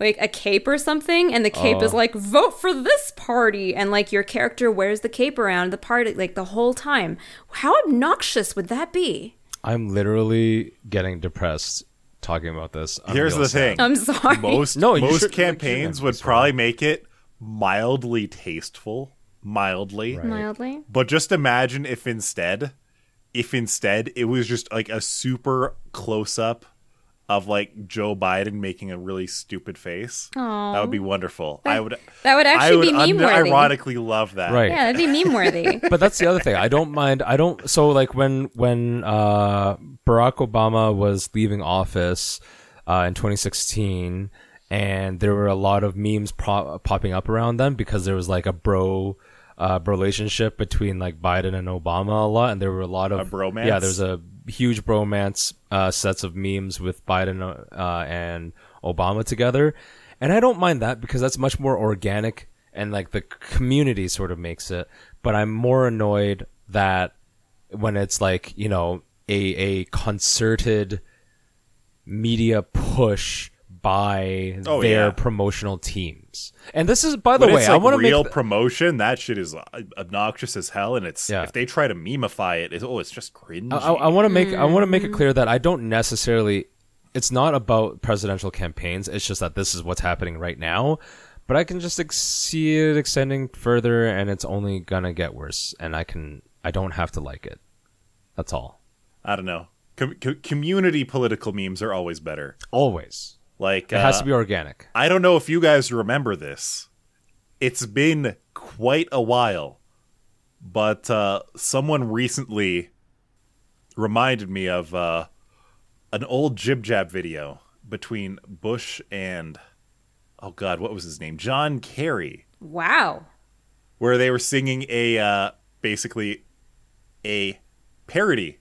[SPEAKER 3] Like a cape or something, and the cape
[SPEAKER 2] Oh.
[SPEAKER 3] is like vote for this party, and like your character wears the cape around the party like the whole time. How obnoxious would that be?
[SPEAKER 2] I'm literally getting depressed talking about this. I'm
[SPEAKER 1] Here's
[SPEAKER 2] real
[SPEAKER 1] the
[SPEAKER 2] sad.
[SPEAKER 1] thing.
[SPEAKER 3] I'm sorry.
[SPEAKER 1] most
[SPEAKER 2] No, you
[SPEAKER 1] most
[SPEAKER 2] should-
[SPEAKER 1] campaigns would probably make it mildly tasteful, mildly.
[SPEAKER 3] <laughs> Mildly.
[SPEAKER 1] But just imagine if instead, if instead it was just like a super close up of like Joe Biden making a really stupid face. That would be wonderful. I would.
[SPEAKER 3] That would actually
[SPEAKER 1] I would
[SPEAKER 3] be meme worthy.
[SPEAKER 1] ironically love that.
[SPEAKER 2] Right.
[SPEAKER 3] Yeah, that'd be meme worthy.
[SPEAKER 2] <laughs> but that's the other thing. I don't mind. I don't. So like when when uh, Barack Obama was leaving office uh, in 2016, and there were a lot of memes pro- popping up around them because there was like a bro. Uh, relationship between like Biden and Obama a lot, and there were a lot of
[SPEAKER 1] A bromance?
[SPEAKER 2] Yeah, there's a huge bromance uh, sets of memes with Biden uh, and Obama together, and I don't mind that because that's much more organic and like the community sort of makes it. But I'm more annoyed that when it's like you know a a concerted media push by
[SPEAKER 1] Oh,
[SPEAKER 2] their
[SPEAKER 1] yeah.
[SPEAKER 2] promotional teams. And this is by the
[SPEAKER 1] But
[SPEAKER 2] way,
[SPEAKER 1] it's
[SPEAKER 2] I
[SPEAKER 1] like
[SPEAKER 2] want to make
[SPEAKER 1] real
[SPEAKER 2] th-
[SPEAKER 1] promotion. That shit is uh, obnoxious as hell, and it's
[SPEAKER 2] Yeah.
[SPEAKER 1] if they try to memeify it, it's, oh, it's just cringe.
[SPEAKER 2] I, want to make I want to make it clear that I don't necessarily. It's not about presidential campaigns. It's just that this is what's happening right now. But I can just ex- see it extending further, and it's only gonna get worse. And I can I don't have to like it. That's all.
[SPEAKER 1] I don't know. Com- co- community political memes are always better.
[SPEAKER 2] Always.
[SPEAKER 1] Like
[SPEAKER 2] It has
[SPEAKER 1] uh,
[SPEAKER 2] to be organic.
[SPEAKER 1] I don't know if you guys remember this. it's been quite a while, but uh, someone recently reminded me of uh, an old jib jab video between Bush and oh god, what was his name? John Kerry,
[SPEAKER 3] Wow.
[SPEAKER 1] where they were singing a uh, basically a parody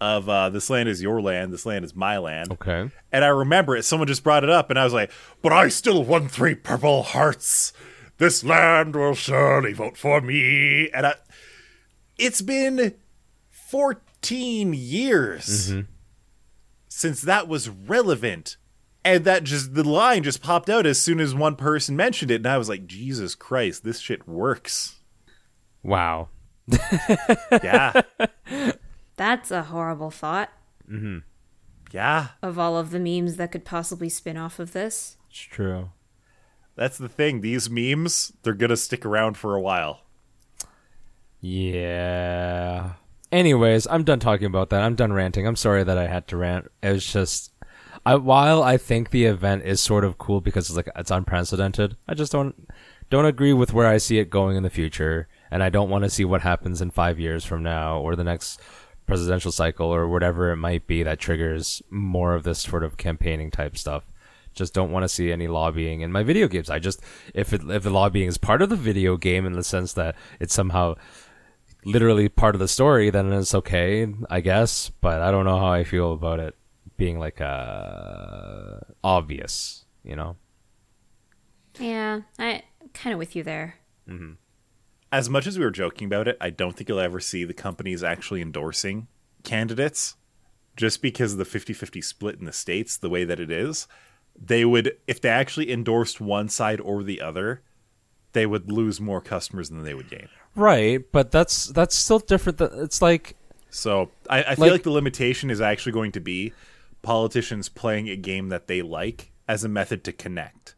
[SPEAKER 1] of uh, "This Land Is Your Land, This Land Is My Land."
[SPEAKER 2] Okay.
[SPEAKER 1] And I remember it. Someone just brought it up, and I was like, "But I still won three purple hearts. This land will surely vote for me." And I, it's been fourteen years since that was relevant, and that just the line just popped out as soon as one person mentioned it, and I was like, "Jesus Christ, this shit works."
[SPEAKER 2] Wow.
[SPEAKER 1] Yeah,
[SPEAKER 3] That's a horrible thought
[SPEAKER 1] yeah.
[SPEAKER 3] of all of the memes that could possibly spin off of this.
[SPEAKER 2] It's true.
[SPEAKER 1] That's the thing. These memes, they're gonna stick around for a while.
[SPEAKER 2] Yeah. Anyways, I'm done talking about that. I'm done ranting. I'm sorry that I had to rant. It was just, I, while I think the event is sort of cool because it's like it's unprecedented, I just don't don't agree with where I see it going in the future, and I don't want to see what happens in five years from now or the next presidential cycle or whatever it might be that triggers more of this sort of campaigning type stuff. Just don't want to see any lobbying in my video games. I just if it, if the lobbying is part of the video game in the sense that it's somehow literally part of the story, then it's okay, I guess. But I don't know how I feel about it being like uh, obvious, you know.
[SPEAKER 3] Yeah, I kind of with you there.
[SPEAKER 1] as much as we were joking about it, I don't think you'll ever see the companies actually endorsing candidates just because of the 50 50 split in the states, the way that it is. They would, if they actually endorsed one side or the other, they would lose more customers than they would gain.
[SPEAKER 2] Right, but that's that's still different. Th- it's like
[SPEAKER 1] So I, I feel
[SPEAKER 2] Like-
[SPEAKER 1] like the limitation is actually going to be politicians playing a game that they like as a method to connect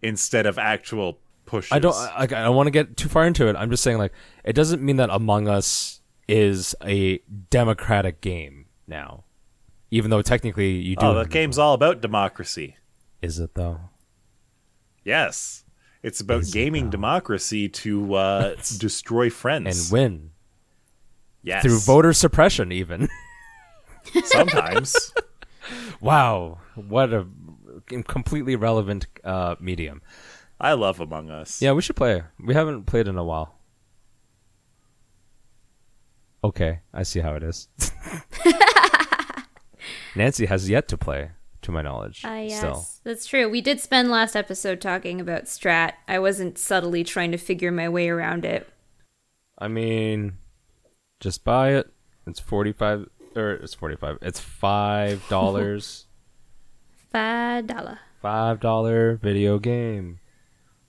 [SPEAKER 1] instead of actual pushes.
[SPEAKER 2] I don't I, I don't want to get too far into it. I'm just saying like it doesn't mean that Among Us is a democratic game now, even though technically you do.
[SPEAKER 1] oh, that game's all about democracy.
[SPEAKER 2] Is it though?
[SPEAKER 1] Yes. It's about gaming democracy to uh, destroy
[SPEAKER 2] And
[SPEAKER 1] friends.
[SPEAKER 2] win
[SPEAKER 1] yes.
[SPEAKER 2] through voter suppression, even. <laughs>
[SPEAKER 1] Sometimes.
[SPEAKER 2] wow, what a completely relevant uh, medium.
[SPEAKER 1] I love Among Us.
[SPEAKER 2] Yeah, we should play. We haven't played in a while. Okay, I see how it is. Nancy has yet to play, to my knowledge.
[SPEAKER 3] Ah, yes,
[SPEAKER 2] Still,
[SPEAKER 3] that's true. We did spend last episode talking about Strat. I wasn't subtly trying to figure my way around it.
[SPEAKER 2] I mean, just buy it. It's forty-five, or it's forty-five. It's five dollars.
[SPEAKER 3] Five dollar.
[SPEAKER 2] five dollar video game.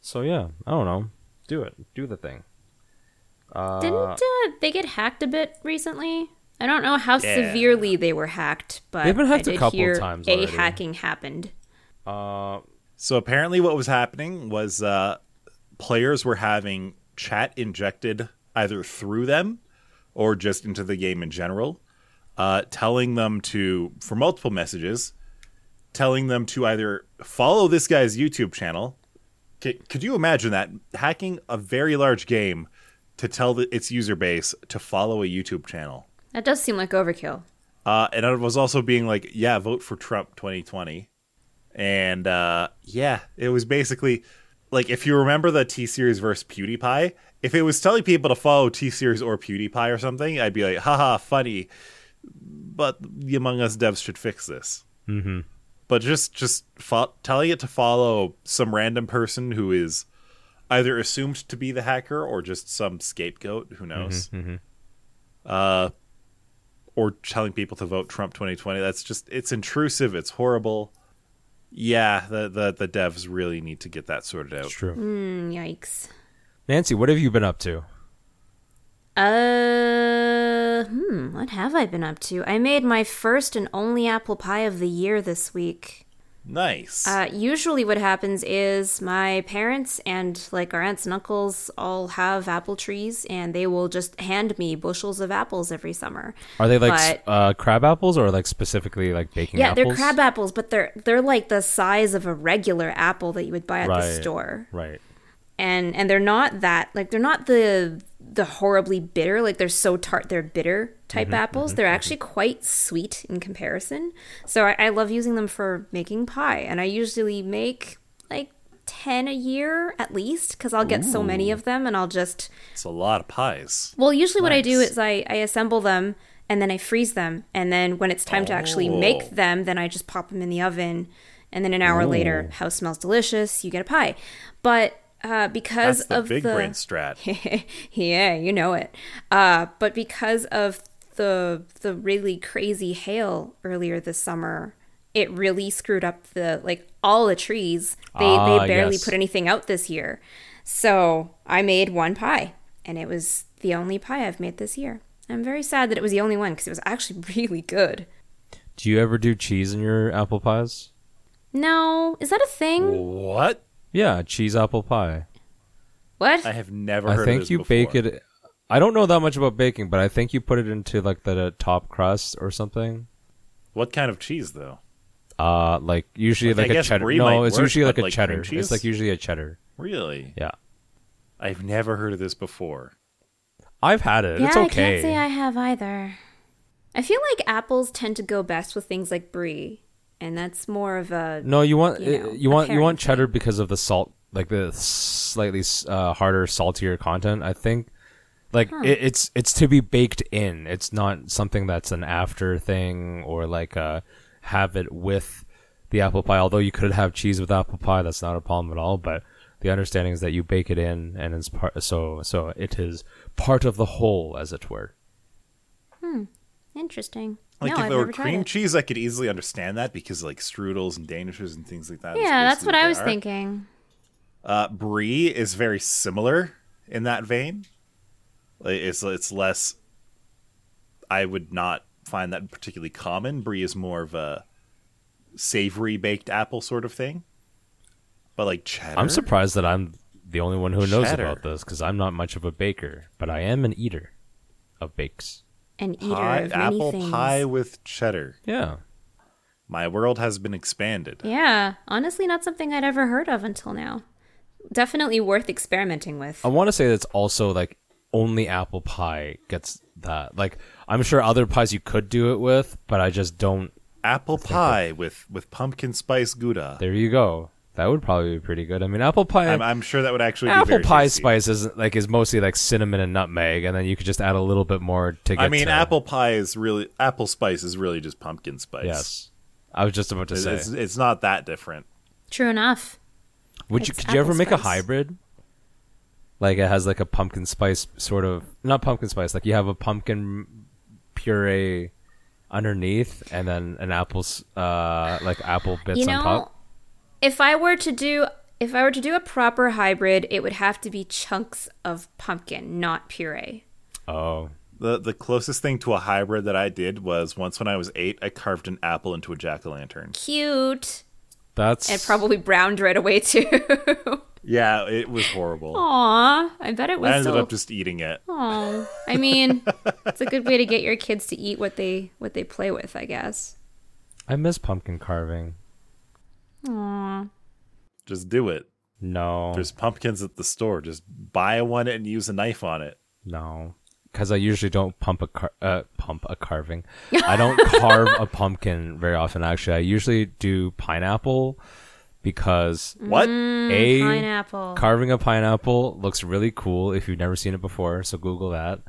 [SPEAKER 2] So yeah, I don't know. Do it. Do the thing. Uh,
[SPEAKER 3] Didn't uh, they get hacked a bit recently? I don't know how
[SPEAKER 1] Yeah.
[SPEAKER 3] severely they were hacked, but
[SPEAKER 2] They've been
[SPEAKER 3] I
[SPEAKER 2] hacked a
[SPEAKER 3] did
[SPEAKER 2] couple
[SPEAKER 3] hear
[SPEAKER 2] times
[SPEAKER 3] a
[SPEAKER 2] already.
[SPEAKER 3] hacking happened.
[SPEAKER 2] uh,
[SPEAKER 1] So apparently, what was happening was uh, players were having chat injected either through them or just into the game in general, uh, telling them to, for multiple messages, telling them to either follow this guy's YouTube channel. C- could you imagine that? Hacking a very large game to tell the, its user base to follow a YouTube channel.
[SPEAKER 3] That does seem like overkill.
[SPEAKER 1] Uh, and I was also being like, yeah, vote for Trump 2020. And uh, yeah, it was basically like if you remember the T Series versus PewDiePie, if it was telling people to follow T Series or PewDiePie or something, I'd be like, haha, funny. But the Among Us devs should fix this. Mm-hmm. But just just fo- telling it to follow some random person who is either assumed to be the hacker or just some scapegoat,
[SPEAKER 2] Mm-hmm,
[SPEAKER 1] who knows? Uh, or telling people to vote Trump 2020. That's just it's intrusive. It's horrible. Yeah, the the, the devs really need to get that sorted out.
[SPEAKER 2] it's true.
[SPEAKER 3] Mm, yikes.
[SPEAKER 2] Nancy, what have you been up to?
[SPEAKER 3] Uh, hmm, what have I been up to? I made my first and only apple pie of the year this week.
[SPEAKER 1] Nice.
[SPEAKER 3] Uh, usually, what happens is my parents and like our aunts and uncles all have apple trees, and they will just hand me bushels of apples every summer.
[SPEAKER 2] Are they like s
[SPEAKER 3] But-
[SPEAKER 2] uh, crab apples or like specifically like baking
[SPEAKER 3] yeah,
[SPEAKER 2] apples?
[SPEAKER 3] they're crab apples, but they're they're like the size of a regular apple that you would buy at
[SPEAKER 2] Right.
[SPEAKER 3] the store.
[SPEAKER 2] Right.
[SPEAKER 3] and and they're not that like they're not the the horribly bitter like they're so tart they're bitter type apples they're actually quite sweet in comparison so I, I love using them for making pie and i usually make like 10 a year at least because i'll get so many of them and i'll just
[SPEAKER 1] It's a lot of pies.
[SPEAKER 3] well, usually what I do
[SPEAKER 1] Nice.
[SPEAKER 3] is I, I assemble them and then I freeze them. And then when it's time to actually make
[SPEAKER 1] Oh.
[SPEAKER 3] them, then I just pop them in the oven. And then an hour later, house smells delicious. You get a pie. But uh, because
[SPEAKER 1] That's the
[SPEAKER 3] of
[SPEAKER 1] big
[SPEAKER 3] the
[SPEAKER 1] brain strat.
[SPEAKER 3] <laughs> yeah, you know it. Uh, but because of the the really crazy hail earlier this summer, it really screwed up the like all the trees. They
[SPEAKER 2] Ah,
[SPEAKER 3] they barely
[SPEAKER 2] yes.
[SPEAKER 3] put anything out this year. So I made one pie, and it was the only pie I've made this year. I'm very sad that it was the only one because it was actually <laughs> really good.
[SPEAKER 2] Do you ever do cheese in your apple pies?
[SPEAKER 3] No, is that a thing?
[SPEAKER 1] What?
[SPEAKER 2] Yeah, cheese apple pie.
[SPEAKER 3] What?
[SPEAKER 1] I have never heard
[SPEAKER 2] I
[SPEAKER 1] of
[SPEAKER 2] think
[SPEAKER 1] this
[SPEAKER 2] you
[SPEAKER 1] before.
[SPEAKER 2] bake it. I don't know that much about baking, but I think you put it into like the uh, top crust or something.
[SPEAKER 1] What kind of cheese, though?
[SPEAKER 2] Uh, like usually
[SPEAKER 1] Like, I
[SPEAKER 2] like, a
[SPEAKER 1] guess
[SPEAKER 2] cheddar.
[SPEAKER 1] brie
[SPEAKER 2] No,
[SPEAKER 1] might
[SPEAKER 2] it's
[SPEAKER 1] work,
[SPEAKER 2] usually
[SPEAKER 1] but,
[SPEAKER 2] like a
[SPEAKER 1] like, cream
[SPEAKER 2] cheddar.
[SPEAKER 1] cheese?
[SPEAKER 2] It's like usually a cheddar.
[SPEAKER 1] Really?
[SPEAKER 2] Yeah,
[SPEAKER 1] I've never heard of this before.
[SPEAKER 2] I've had it. it's okay.
[SPEAKER 3] I can't say I have either. I feel like apples tend to go best with things like brie, and that's more of a
[SPEAKER 2] No, you want
[SPEAKER 3] you
[SPEAKER 2] you,
[SPEAKER 3] know,
[SPEAKER 2] you want you
[SPEAKER 3] apparent
[SPEAKER 2] want cheddar because of the salt, like the slightly uh, harder, saltier content. I think, like it, it's it's to be baked in. It's not something that's an after thing or like uh, have it with the apple pie. Although you could have cheese with apple pie, that's not a problem at all. But the understanding is that you bake it in, and it's part. So so it is part of the whole, as it were.
[SPEAKER 3] interesting.
[SPEAKER 1] Like
[SPEAKER 3] no,
[SPEAKER 1] if
[SPEAKER 3] I've
[SPEAKER 1] there
[SPEAKER 3] never
[SPEAKER 1] were
[SPEAKER 3] tried
[SPEAKER 1] cream
[SPEAKER 3] it.
[SPEAKER 1] cheese, I could easily understand that because like strudels and danishes and things like that. is
[SPEAKER 3] yeah, that's
[SPEAKER 1] basically
[SPEAKER 3] what I
[SPEAKER 1] they
[SPEAKER 3] was
[SPEAKER 1] are.
[SPEAKER 3] thinking.
[SPEAKER 1] Uh, brie is very similar in that vein. Like, It's it's less. I would not find that particularly common. Brie is more of a savory baked apple sort of thing. But like cheddar,
[SPEAKER 2] I'm surprised that I'm the only one who knows
[SPEAKER 1] Cheddar.
[SPEAKER 2] about this because I'm not much of a baker, but I am an eater of bakes.
[SPEAKER 3] An eater
[SPEAKER 1] pie,
[SPEAKER 3] of many
[SPEAKER 1] apple
[SPEAKER 3] things.
[SPEAKER 1] pie with cheddar.
[SPEAKER 2] Yeah.
[SPEAKER 1] My world has been expanded.
[SPEAKER 3] Yeah, honestly, not something I'd ever heard of until now. Definitely worth experimenting with.
[SPEAKER 1] Oh.
[SPEAKER 2] I want to say that's also like only apple pie gets that. Like I'm sure other pies you could do it with, but I just don't.
[SPEAKER 1] Apple pie with with pumpkin spice gouda.
[SPEAKER 2] There you go. That would probably be pretty good. I mean, apple pie.
[SPEAKER 1] I'm, I'm sure that would actually be
[SPEAKER 2] apple
[SPEAKER 1] very
[SPEAKER 2] pie
[SPEAKER 1] tasty.
[SPEAKER 2] spice is like is mostly like cinnamon and nutmeg, and then you could just add a little bit more to get.
[SPEAKER 1] I mean,
[SPEAKER 2] to-
[SPEAKER 1] apple pie is really apple spice is really just pumpkin spice.
[SPEAKER 2] Yes, I was just about to
[SPEAKER 1] it's,
[SPEAKER 2] say.
[SPEAKER 1] it's, it's not that different.
[SPEAKER 3] True enough.
[SPEAKER 2] Would you
[SPEAKER 3] It's
[SPEAKER 2] could you ever
[SPEAKER 3] apple
[SPEAKER 2] make a
[SPEAKER 3] spice.
[SPEAKER 2] hybrid? Like it has like a pumpkin spice sort of not pumpkin spice, like you have a pumpkin puree underneath and then an apple's uh like apple bits
[SPEAKER 3] you know,
[SPEAKER 2] on top.
[SPEAKER 3] if I were to do if I were to do a proper hybrid, it would have to be chunks of pumpkin, not puree.
[SPEAKER 2] Oh.
[SPEAKER 1] The the closest thing to a hybrid that I did was once when I was eight, I carved an apple into a jack o' lantern.
[SPEAKER 3] Cute.
[SPEAKER 2] That's
[SPEAKER 3] And probably browned right away too. <laughs>
[SPEAKER 1] Yeah, it was horrible.
[SPEAKER 3] Aw, I bet it
[SPEAKER 1] I
[SPEAKER 3] was
[SPEAKER 1] ended
[SPEAKER 3] still.
[SPEAKER 1] up just eating it.
[SPEAKER 3] Aw. I mean, it's a good way to get your kids to eat what they what they play with, I guess.
[SPEAKER 2] I miss pumpkin carving.
[SPEAKER 3] Aw.
[SPEAKER 1] Just do it.
[SPEAKER 2] No.
[SPEAKER 1] There's pumpkins at the store. Just buy one and use a knife on it.
[SPEAKER 2] No. Cuz I usually don't pump a car- uh, pump a carving.
[SPEAKER 3] <laughs>
[SPEAKER 2] I don't carve a pumpkin very often actually. I usually do pineapple because
[SPEAKER 1] What?
[SPEAKER 3] Mm,
[SPEAKER 2] a
[SPEAKER 3] Pineapple.
[SPEAKER 2] carving a pineapple looks really cool if you've never seen it before so google that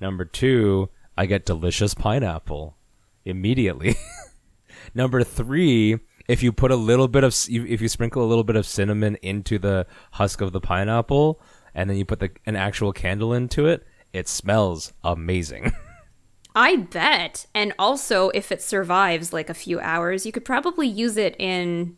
[SPEAKER 2] number two i get delicious pineapple immediately <laughs> number three if you put a little bit of if you sprinkle a little bit of cinnamon into the husk of the pineapple and then you put the, an actual candle into it it smells amazing <laughs>
[SPEAKER 3] I bet. And also, if it survives like a few hours, you could probably use it in.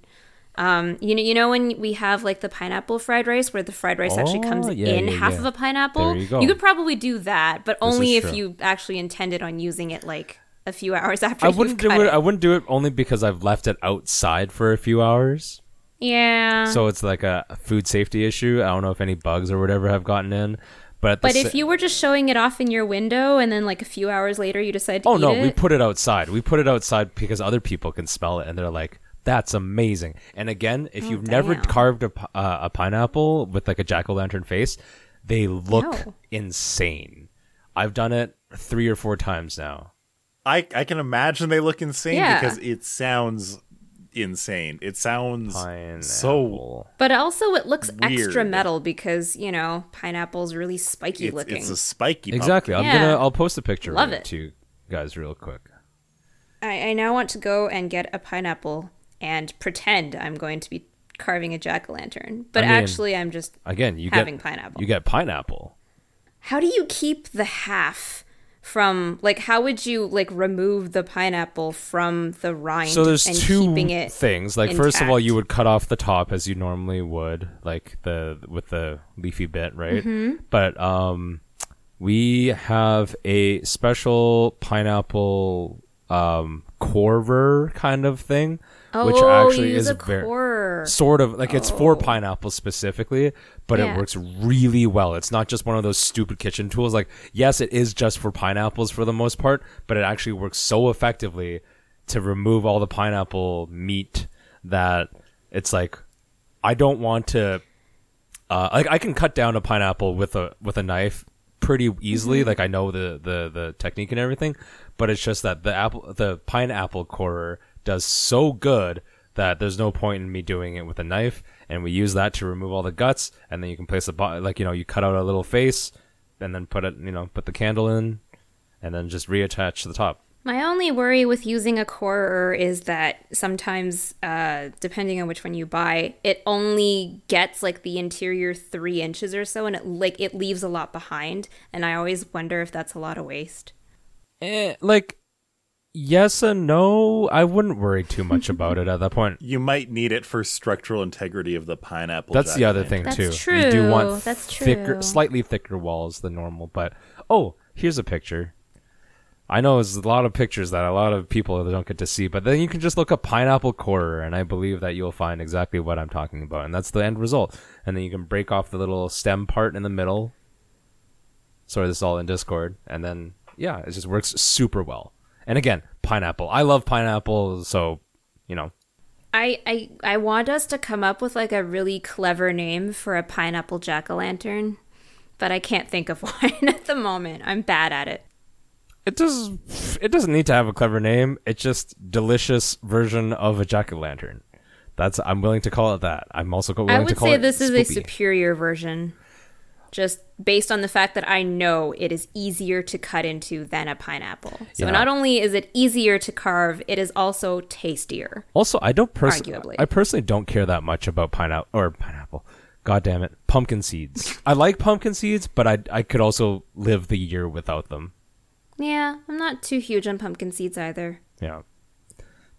[SPEAKER 3] Um, you know, you know when we have like the pineapple fried rice, where the fried rice actually
[SPEAKER 2] Oh,
[SPEAKER 3] comes
[SPEAKER 2] yeah,
[SPEAKER 3] in
[SPEAKER 2] yeah,
[SPEAKER 3] half
[SPEAKER 2] yeah.
[SPEAKER 3] of a pineapple.
[SPEAKER 2] There you go.
[SPEAKER 3] could probably do that, but only
[SPEAKER 2] is
[SPEAKER 3] if
[SPEAKER 2] true.
[SPEAKER 3] you actually intended on using it like a few hours <laughs> after.
[SPEAKER 2] i
[SPEAKER 3] you've
[SPEAKER 2] wouldn't do
[SPEAKER 3] cut
[SPEAKER 2] it i wouldn't do it only because i've left it outside for a few hours
[SPEAKER 3] yeah.
[SPEAKER 2] so it's like a food safety issue i don't know if any bugs or whatever have gotten in but at the
[SPEAKER 3] but
[SPEAKER 2] sa-
[SPEAKER 3] if you were just showing it off in your window, and then like a few hours later you decide to
[SPEAKER 2] Oh
[SPEAKER 3] eat
[SPEAKER 2] no,
[SPEAKER 3] it,
[SPEAKER 2] we put it outside. We put it outside because other people can smell it and they're like, That's amazing. And again, if
[SPEAKER 3] Oh,
[SPEAKER 2] you've never
[SPEAKER 3] damn.
[SPEAKER 2] carved a, pi- uh, a pineapple with like a jack o' lantern face, they look
[SPEAKER 3] No.
[SPEAKER 2] insane. I've done it three or four times now.
[SPEAKER 1] I I can imagine they look insane
[SPEAKER 3] Yeah.
[SPEAKER 1] because it sounds insane. It sounds
[SPEAKER 2] Pineapple.
[SPEAKER 1] so
[SPEAKER 3] But also, it looks extra
[SPEAKER 1] Weird.
[SPEAKER 3] metal because you know pineapple's really spiky
[SPEAKER 1] it's,
[SPEAKER 3] looking.
[SPEAKER 1] it's a spiky pumpkin.
[SPEAKER 2] exactly. I'm
[SPEAKER 3] Yeah.
[SPEAKER 2] gonna. I'll post a picture
[SPEAKER 3] Love
[SPEAKER 2] of it,
[SPEAKER 3] it.
[SPEAKER 2] to you guys real quick.
[SPEAKER 3] I, I now want to go and get a pineapple and pretend I'm going to be carving a jack o' lantern, but
[SPEAKER 2] I mean-
[SPEAKER 3] actually, I'm just.
[SPEAKER 2] Again, you
[SPEAKER 3] Having
[SPEAKER 2] get
[SPEAKER 3] pineapple.
[SPEAKER 2] You get pineapple.
[SPEAKER 3] How do you keep the half? From like, how would you like remove the pineapple from the rind?
[SPEAKER 2] So there's
[SPEAKER 3] and
[SPEAKER 2] two
[SPEAKER 3] keeping it
[SPEAKER 2] things. Like first of all,
[SPEAKER 3] intact?
[SPEAKER 2] you would cut off the top as you normally would, like the with the leafy bit, right?
[SPEAKER 3] Mm-hmm.
[SPEAKER 2] But um, we have a special pineapple um corver kind of thing, which
[SPEAKER 3] Oh,
[SPEAKER 2] actually
[SPEAKER 3] you use
[SPEAKER 2] is
[SPEAKER 3] a
[SPEAKER 2] very
[SPEAKER 3] core.
[SPEAKER 2] sort of like it's for pineapple specifically, but it
[SPEAKER 3] Yeah.
[SPEAKER 2] works really well. It's not just one of those stupid kitchen tools. Like, yes, it is just for pineapples for the most part, but it actually works so effectively to remove all the pineapple meat that it's like I don't want to. Uh, like I can cut down a pineapple with a with a knife pretty easily. Like I know the, the the technique and everything, but it's just that the apple the pineapple corer does so good that there's no point in me doing it with a knife. And we use that to remove all the guts, and then you can place the bo- like you know you cut out a little face, and then put it you know put the candle in, and then just reattach to the top.
[SPEAKER 3] My only worry with using a corer is that sometimes, uh, depending on which one you buy, it only gets like the interior three inches or so, and it like it leaves a lot behind. And I always wonder if that's a lot of waste.
[SPEAKER 2] Eh, like yes and no, I wouldn't worry too much about it at that point.
[SPEAKER 1] You might need it for structural integrity of the pineapple.
[SPEAKER 2] That's the other
[SPEAKER 1] jack-o'-lantern.
[SPEAKER 2] thing
[SPEAKER 3] That's
[SPEAKER 2] too.
[SPEAKER 3] true.
[SPEAKER 2] You do want
[SPEAKER 3] That's
[SPEAKER 2] thicker,
[SPEAKER 3] true.
[SPEAKER 2] slightly thicker walls than normal. But oh, here's a picture. I know there's a lot of pictures that a lot of people don't get to see, but then you can just look up pineapple quarter, and I believe that you'll find exactly what I'm talking about, and that's the end result. And then you can break off the little stem part in the middle. Sorry, this is all in Discord, and then yeah, it just works super well. And again, pineapple. I love pineapple, so you know
[SPEAKER 3] I, I I want us to come up with like a really clever name for a pineapple jack o' lantern, but I can't think of <laughs> one at the moment. I'm bad at it.
[SPEAKER 2] it does it doesn't need to have a clever name it's just delicious version of a jack-o'-lantern that's i'm willing to call it that i'm also co- willing
[SPEAKER 3] I
[SPEAKER 2] to
[SPEAKER 3] would
[SPEAKER 2] call
[SPEAKER 3] say
[SPEAKER 2] it
[SPEAKER 3] this is a
[SPEAKER 2] spoopy.
[SPEAKER 3] superior version, just based on the fact that I know it is easier to cut into than a pineapple. So
[SPEAKER 2] Yeah.
[SPEAKER 3] not only is it easier to carve, it is also tastier.
[SPEAKER 2] also i don't personally
[SPEAKER 3] Arguably.
[SPEAKER 2] i personally don't care that much about pineapple or pineapple god damn it pumpkin
[SPEAKER 3] <laughs>
[SPEAKER 2] seeds i like pumpkin seeds but i i could also live the year without them
[SPEAKER 3] Yeah, I'm not too huge on pumpkin seeds either.
[SPEAKER 2] yeah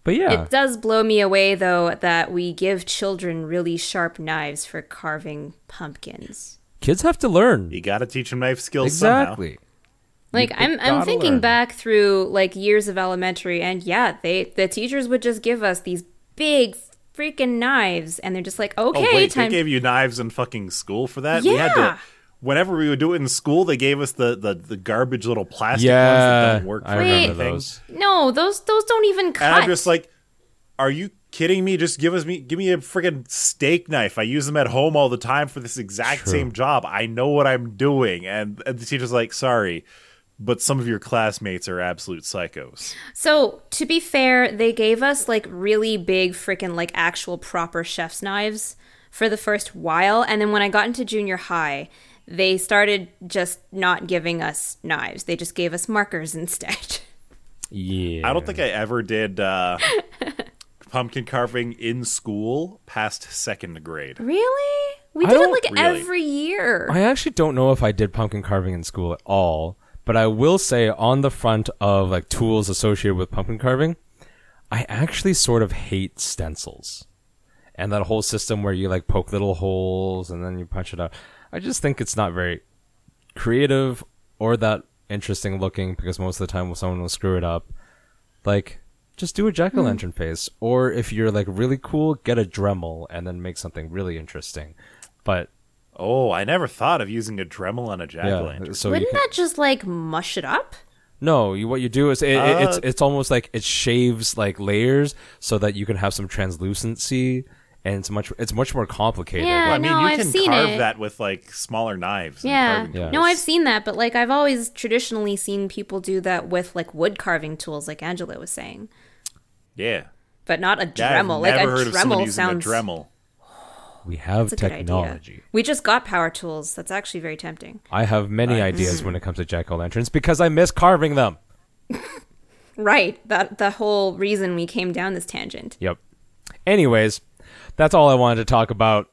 [SPEAKER 2] but yeah
[SPEAKER 3] It does blow me away though that we give children really sharp knives for carving pumpkins.
[SPEAKER 2] kids have to learn
[SPEAKER 1] You got to teach them knife skills
[SPEAKER 2] exactly
[SPEAKER 3] Like
[SPEAKER 2] You
[SPEAKER 3] I'm I'm
[SPEAKER 2] gotta
[SPEAKER 3] thinking
[SPEAKER 2] learn.
[SPEAKER 3] back through like years of elementary and yeah, they the teachers would just give us these big freaking knives and they're just like,
[SPEAKER 1] somehow.
[SPEAKER 3] "Okay,
[SPEAKER 1] oh wait,
[SPEAKER 3] time
[SPEAKER 1] they gave you knives in fucking school for that. We had
[SPEAKER 3] Yeah.
[SPEAKER 1] to. Whenever we would do it in school, they gave us the the, the garbage little plastic ones that
[SPEAKER 2] yeah
[SPEAKER 1] don't work.
[SPEAKER 2] i
[SPEAKER 1] for
[SPEAKER 2] remember
[SPEAKER 1] anything.
[SPEAKER 2] those
[SPEAKER 3] No, those those don't even cut.
[SPEAKER 1] And I'm just like, are you kidding me? Just give us me give me a freaking steak knife. I use them at home all the time for this exact
[SPEAKER 2] True.
[SPEAKER 1] same job. I know what I'm doing. And, and the teacher's like, sorry, but some of your classmates are absolute psychos.
[SPEAKER 3] so to be fair, they gave us like really big freaking like actual proper chef's knives for the first while, and then when I got into junior high, they started just not giving us knives. They just gave us markers <laughs> instead.
[SPEAKER 2] yeah
[SPEAKER 1] I don't think I ever did uh, <laughs> pumpkin carving in school past second grade.
[SPEAKER 3] really? We
[SPEAKER 2] I
[SPEAKER 3] did it
[SPEAKER 2] don't-
[SPEAKER 3] like
[SPEAKER 1] Really?
[SPEAKER 3] every year.
[SPEAKER 2] I actually don't know if I did pumpkin carving in school at all, but I will say on the front of like tools associated with pumpkin carving, I actually sort of hate stencils. And that whole system where you like poke little holes and then you punch it out. I just think it's not very creative or that interesting looking because most of the time someone will screw it up. Like just do a jack o' lantern face, or if you're like really cool, get a Dremel and then make something really interesting. But
[SPEAKER 1] Oh, I never thought of using a Dremel on a jack o'
[SPEAKER 2] yeah,
[SPEAKER 1] lantern.
[SPEAKER 2] so you
[SPEAKER 3] Wouldn't
[SPEAKER 2] can-
[SPEAKER 3] that just like mush it up?
[SPEAKER 2] No, you, what you do is it, it- it's
[SPEAKER 1] Uh,
[SPEAKER 2] it's almost like it shaves like layers so that you can have some translucency, and it's much it's much more complicated.
[SPEAKER 3] Yeah.
[SPEAKER 1] I mean,
[SPEAKER 3] no,
[SPEAKER 1] you
[SPEAKER 3] I've
[SPEAKER 1] can
[SPEAKER 3] seen
[SPEAKER 1] carve
[SPEAKER 3] it.
[SPEAKER 1] that with like smaller knives. and
[SPEAKER 3] Yeah.
[SPEAKER 1] carving
[SPEAKER 2] Yeah.
[SPEAKER 1] tools.
[SPEAKER 3] No, I've seen that, but like I've always traditionally seen people do that with like wood carving tools, like Angela was saying,
[SPEAKER 1] yeah.
[SPEAKER 3] but not a
[SPEAKER 1] Yeah, I've
[SPEAKER 3] Dremel. like
[SPEAKER 1] never
[SPEAKER 3] a
[SPEAKER 1] heard of
[SPEAKER 3] Dremel
[SPEAKER 1] someone using
[SPEAKER 3] sounds.
[SPEAKER 1] a Dremel.
[SPEAKER 2] We have
[SPEAKER 3] That's a good
[SPEAKER 2] technology.
[SPEAKER 3] idea. We just got power tools. That's actually very tempting.
[SPEAKER 2] I have many ideas
[SPEAKER 3] Mm.
[SPEAKER 2] when it comes to jack o' lanterns because I miss carving them.
[SPEAKER 3] Right. That the whole reason we came down this tangent.
[SPEAKER 2] Yep. Anyways, that's all I wanted to talk about.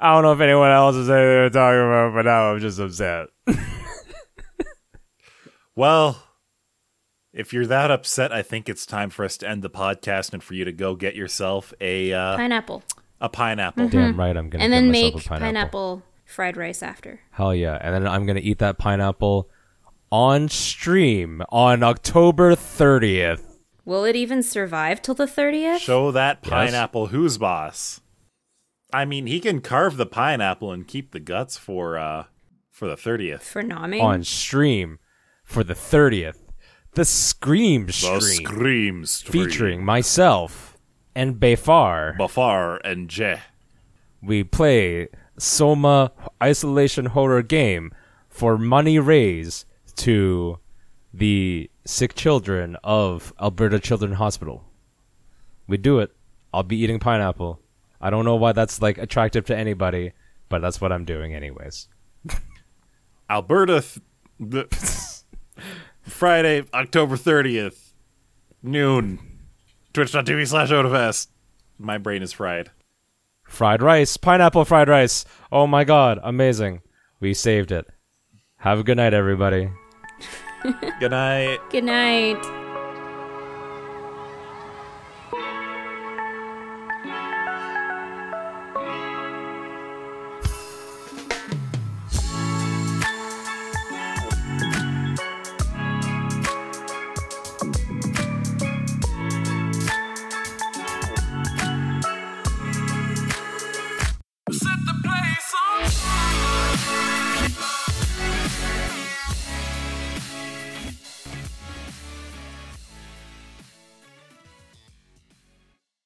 [SPEAKER 2] I don't know if anyone else is anything to talk about, but now I'm just upset.
[SPEAKER 1] Well, if you're that upset, I think it's time for us to end the podcast and for you to go get yourself a uh,
[SPEAKER 3] Pineapple.
[SPEAKER 1] a pineapple.
[SPEAKER 2] Damn right, I'm gonna
[SPEAKER 3] Mm-hmm.
[SPEAKER 2] get
[SPEAKER 3] And then
[SPEAKER 2] myself
[SPEAKER 3] make
[SPEAKER 2] a
[SPEAKER 3] pineapple. fried rice after.
[SPEAKER 2] Hell yeah. And then I'm going to eat that pineapple on stream on October 30th.
[SPEAKER 3] Will it even survive till the 30th?
[SPEAKER 1] Show that pineapple who's boss. I mean, he can carve the pineapple and keep the guts for uh for the 30th.
[SPEAKER 3] For nomming?
[SPEAKER 2] On stream for the 30th. The Scream
[SPEAKER 1] The
[SPEAKER 2] Stream
[SPEAKER 1] Scream Stream.
[SPEAKER 2] featuring myself and Befar.
[SPEAKER 1] Bafar and Je.
[SPEAKER 2] We play Soma Isolation Horror Game for money raised to the sick children of Alberta Children's Hospital. We do it. I'll be eating pineapple. I don't know why that's like attractive to anybody, but that's what I'm doing anyways.
[SPEAKER 1] Alberta th- the <laughs> Friday, October 30th, noon. Twitch.tv slash Odafest. My brain is fried.
[SPEAKER 2] Fried rice, pineapple fried rice. Oh my god, amazing. We saved it. Have a good night everybody.
[SPEAKER 1] Good night.
[SPEAKER 3] Good night.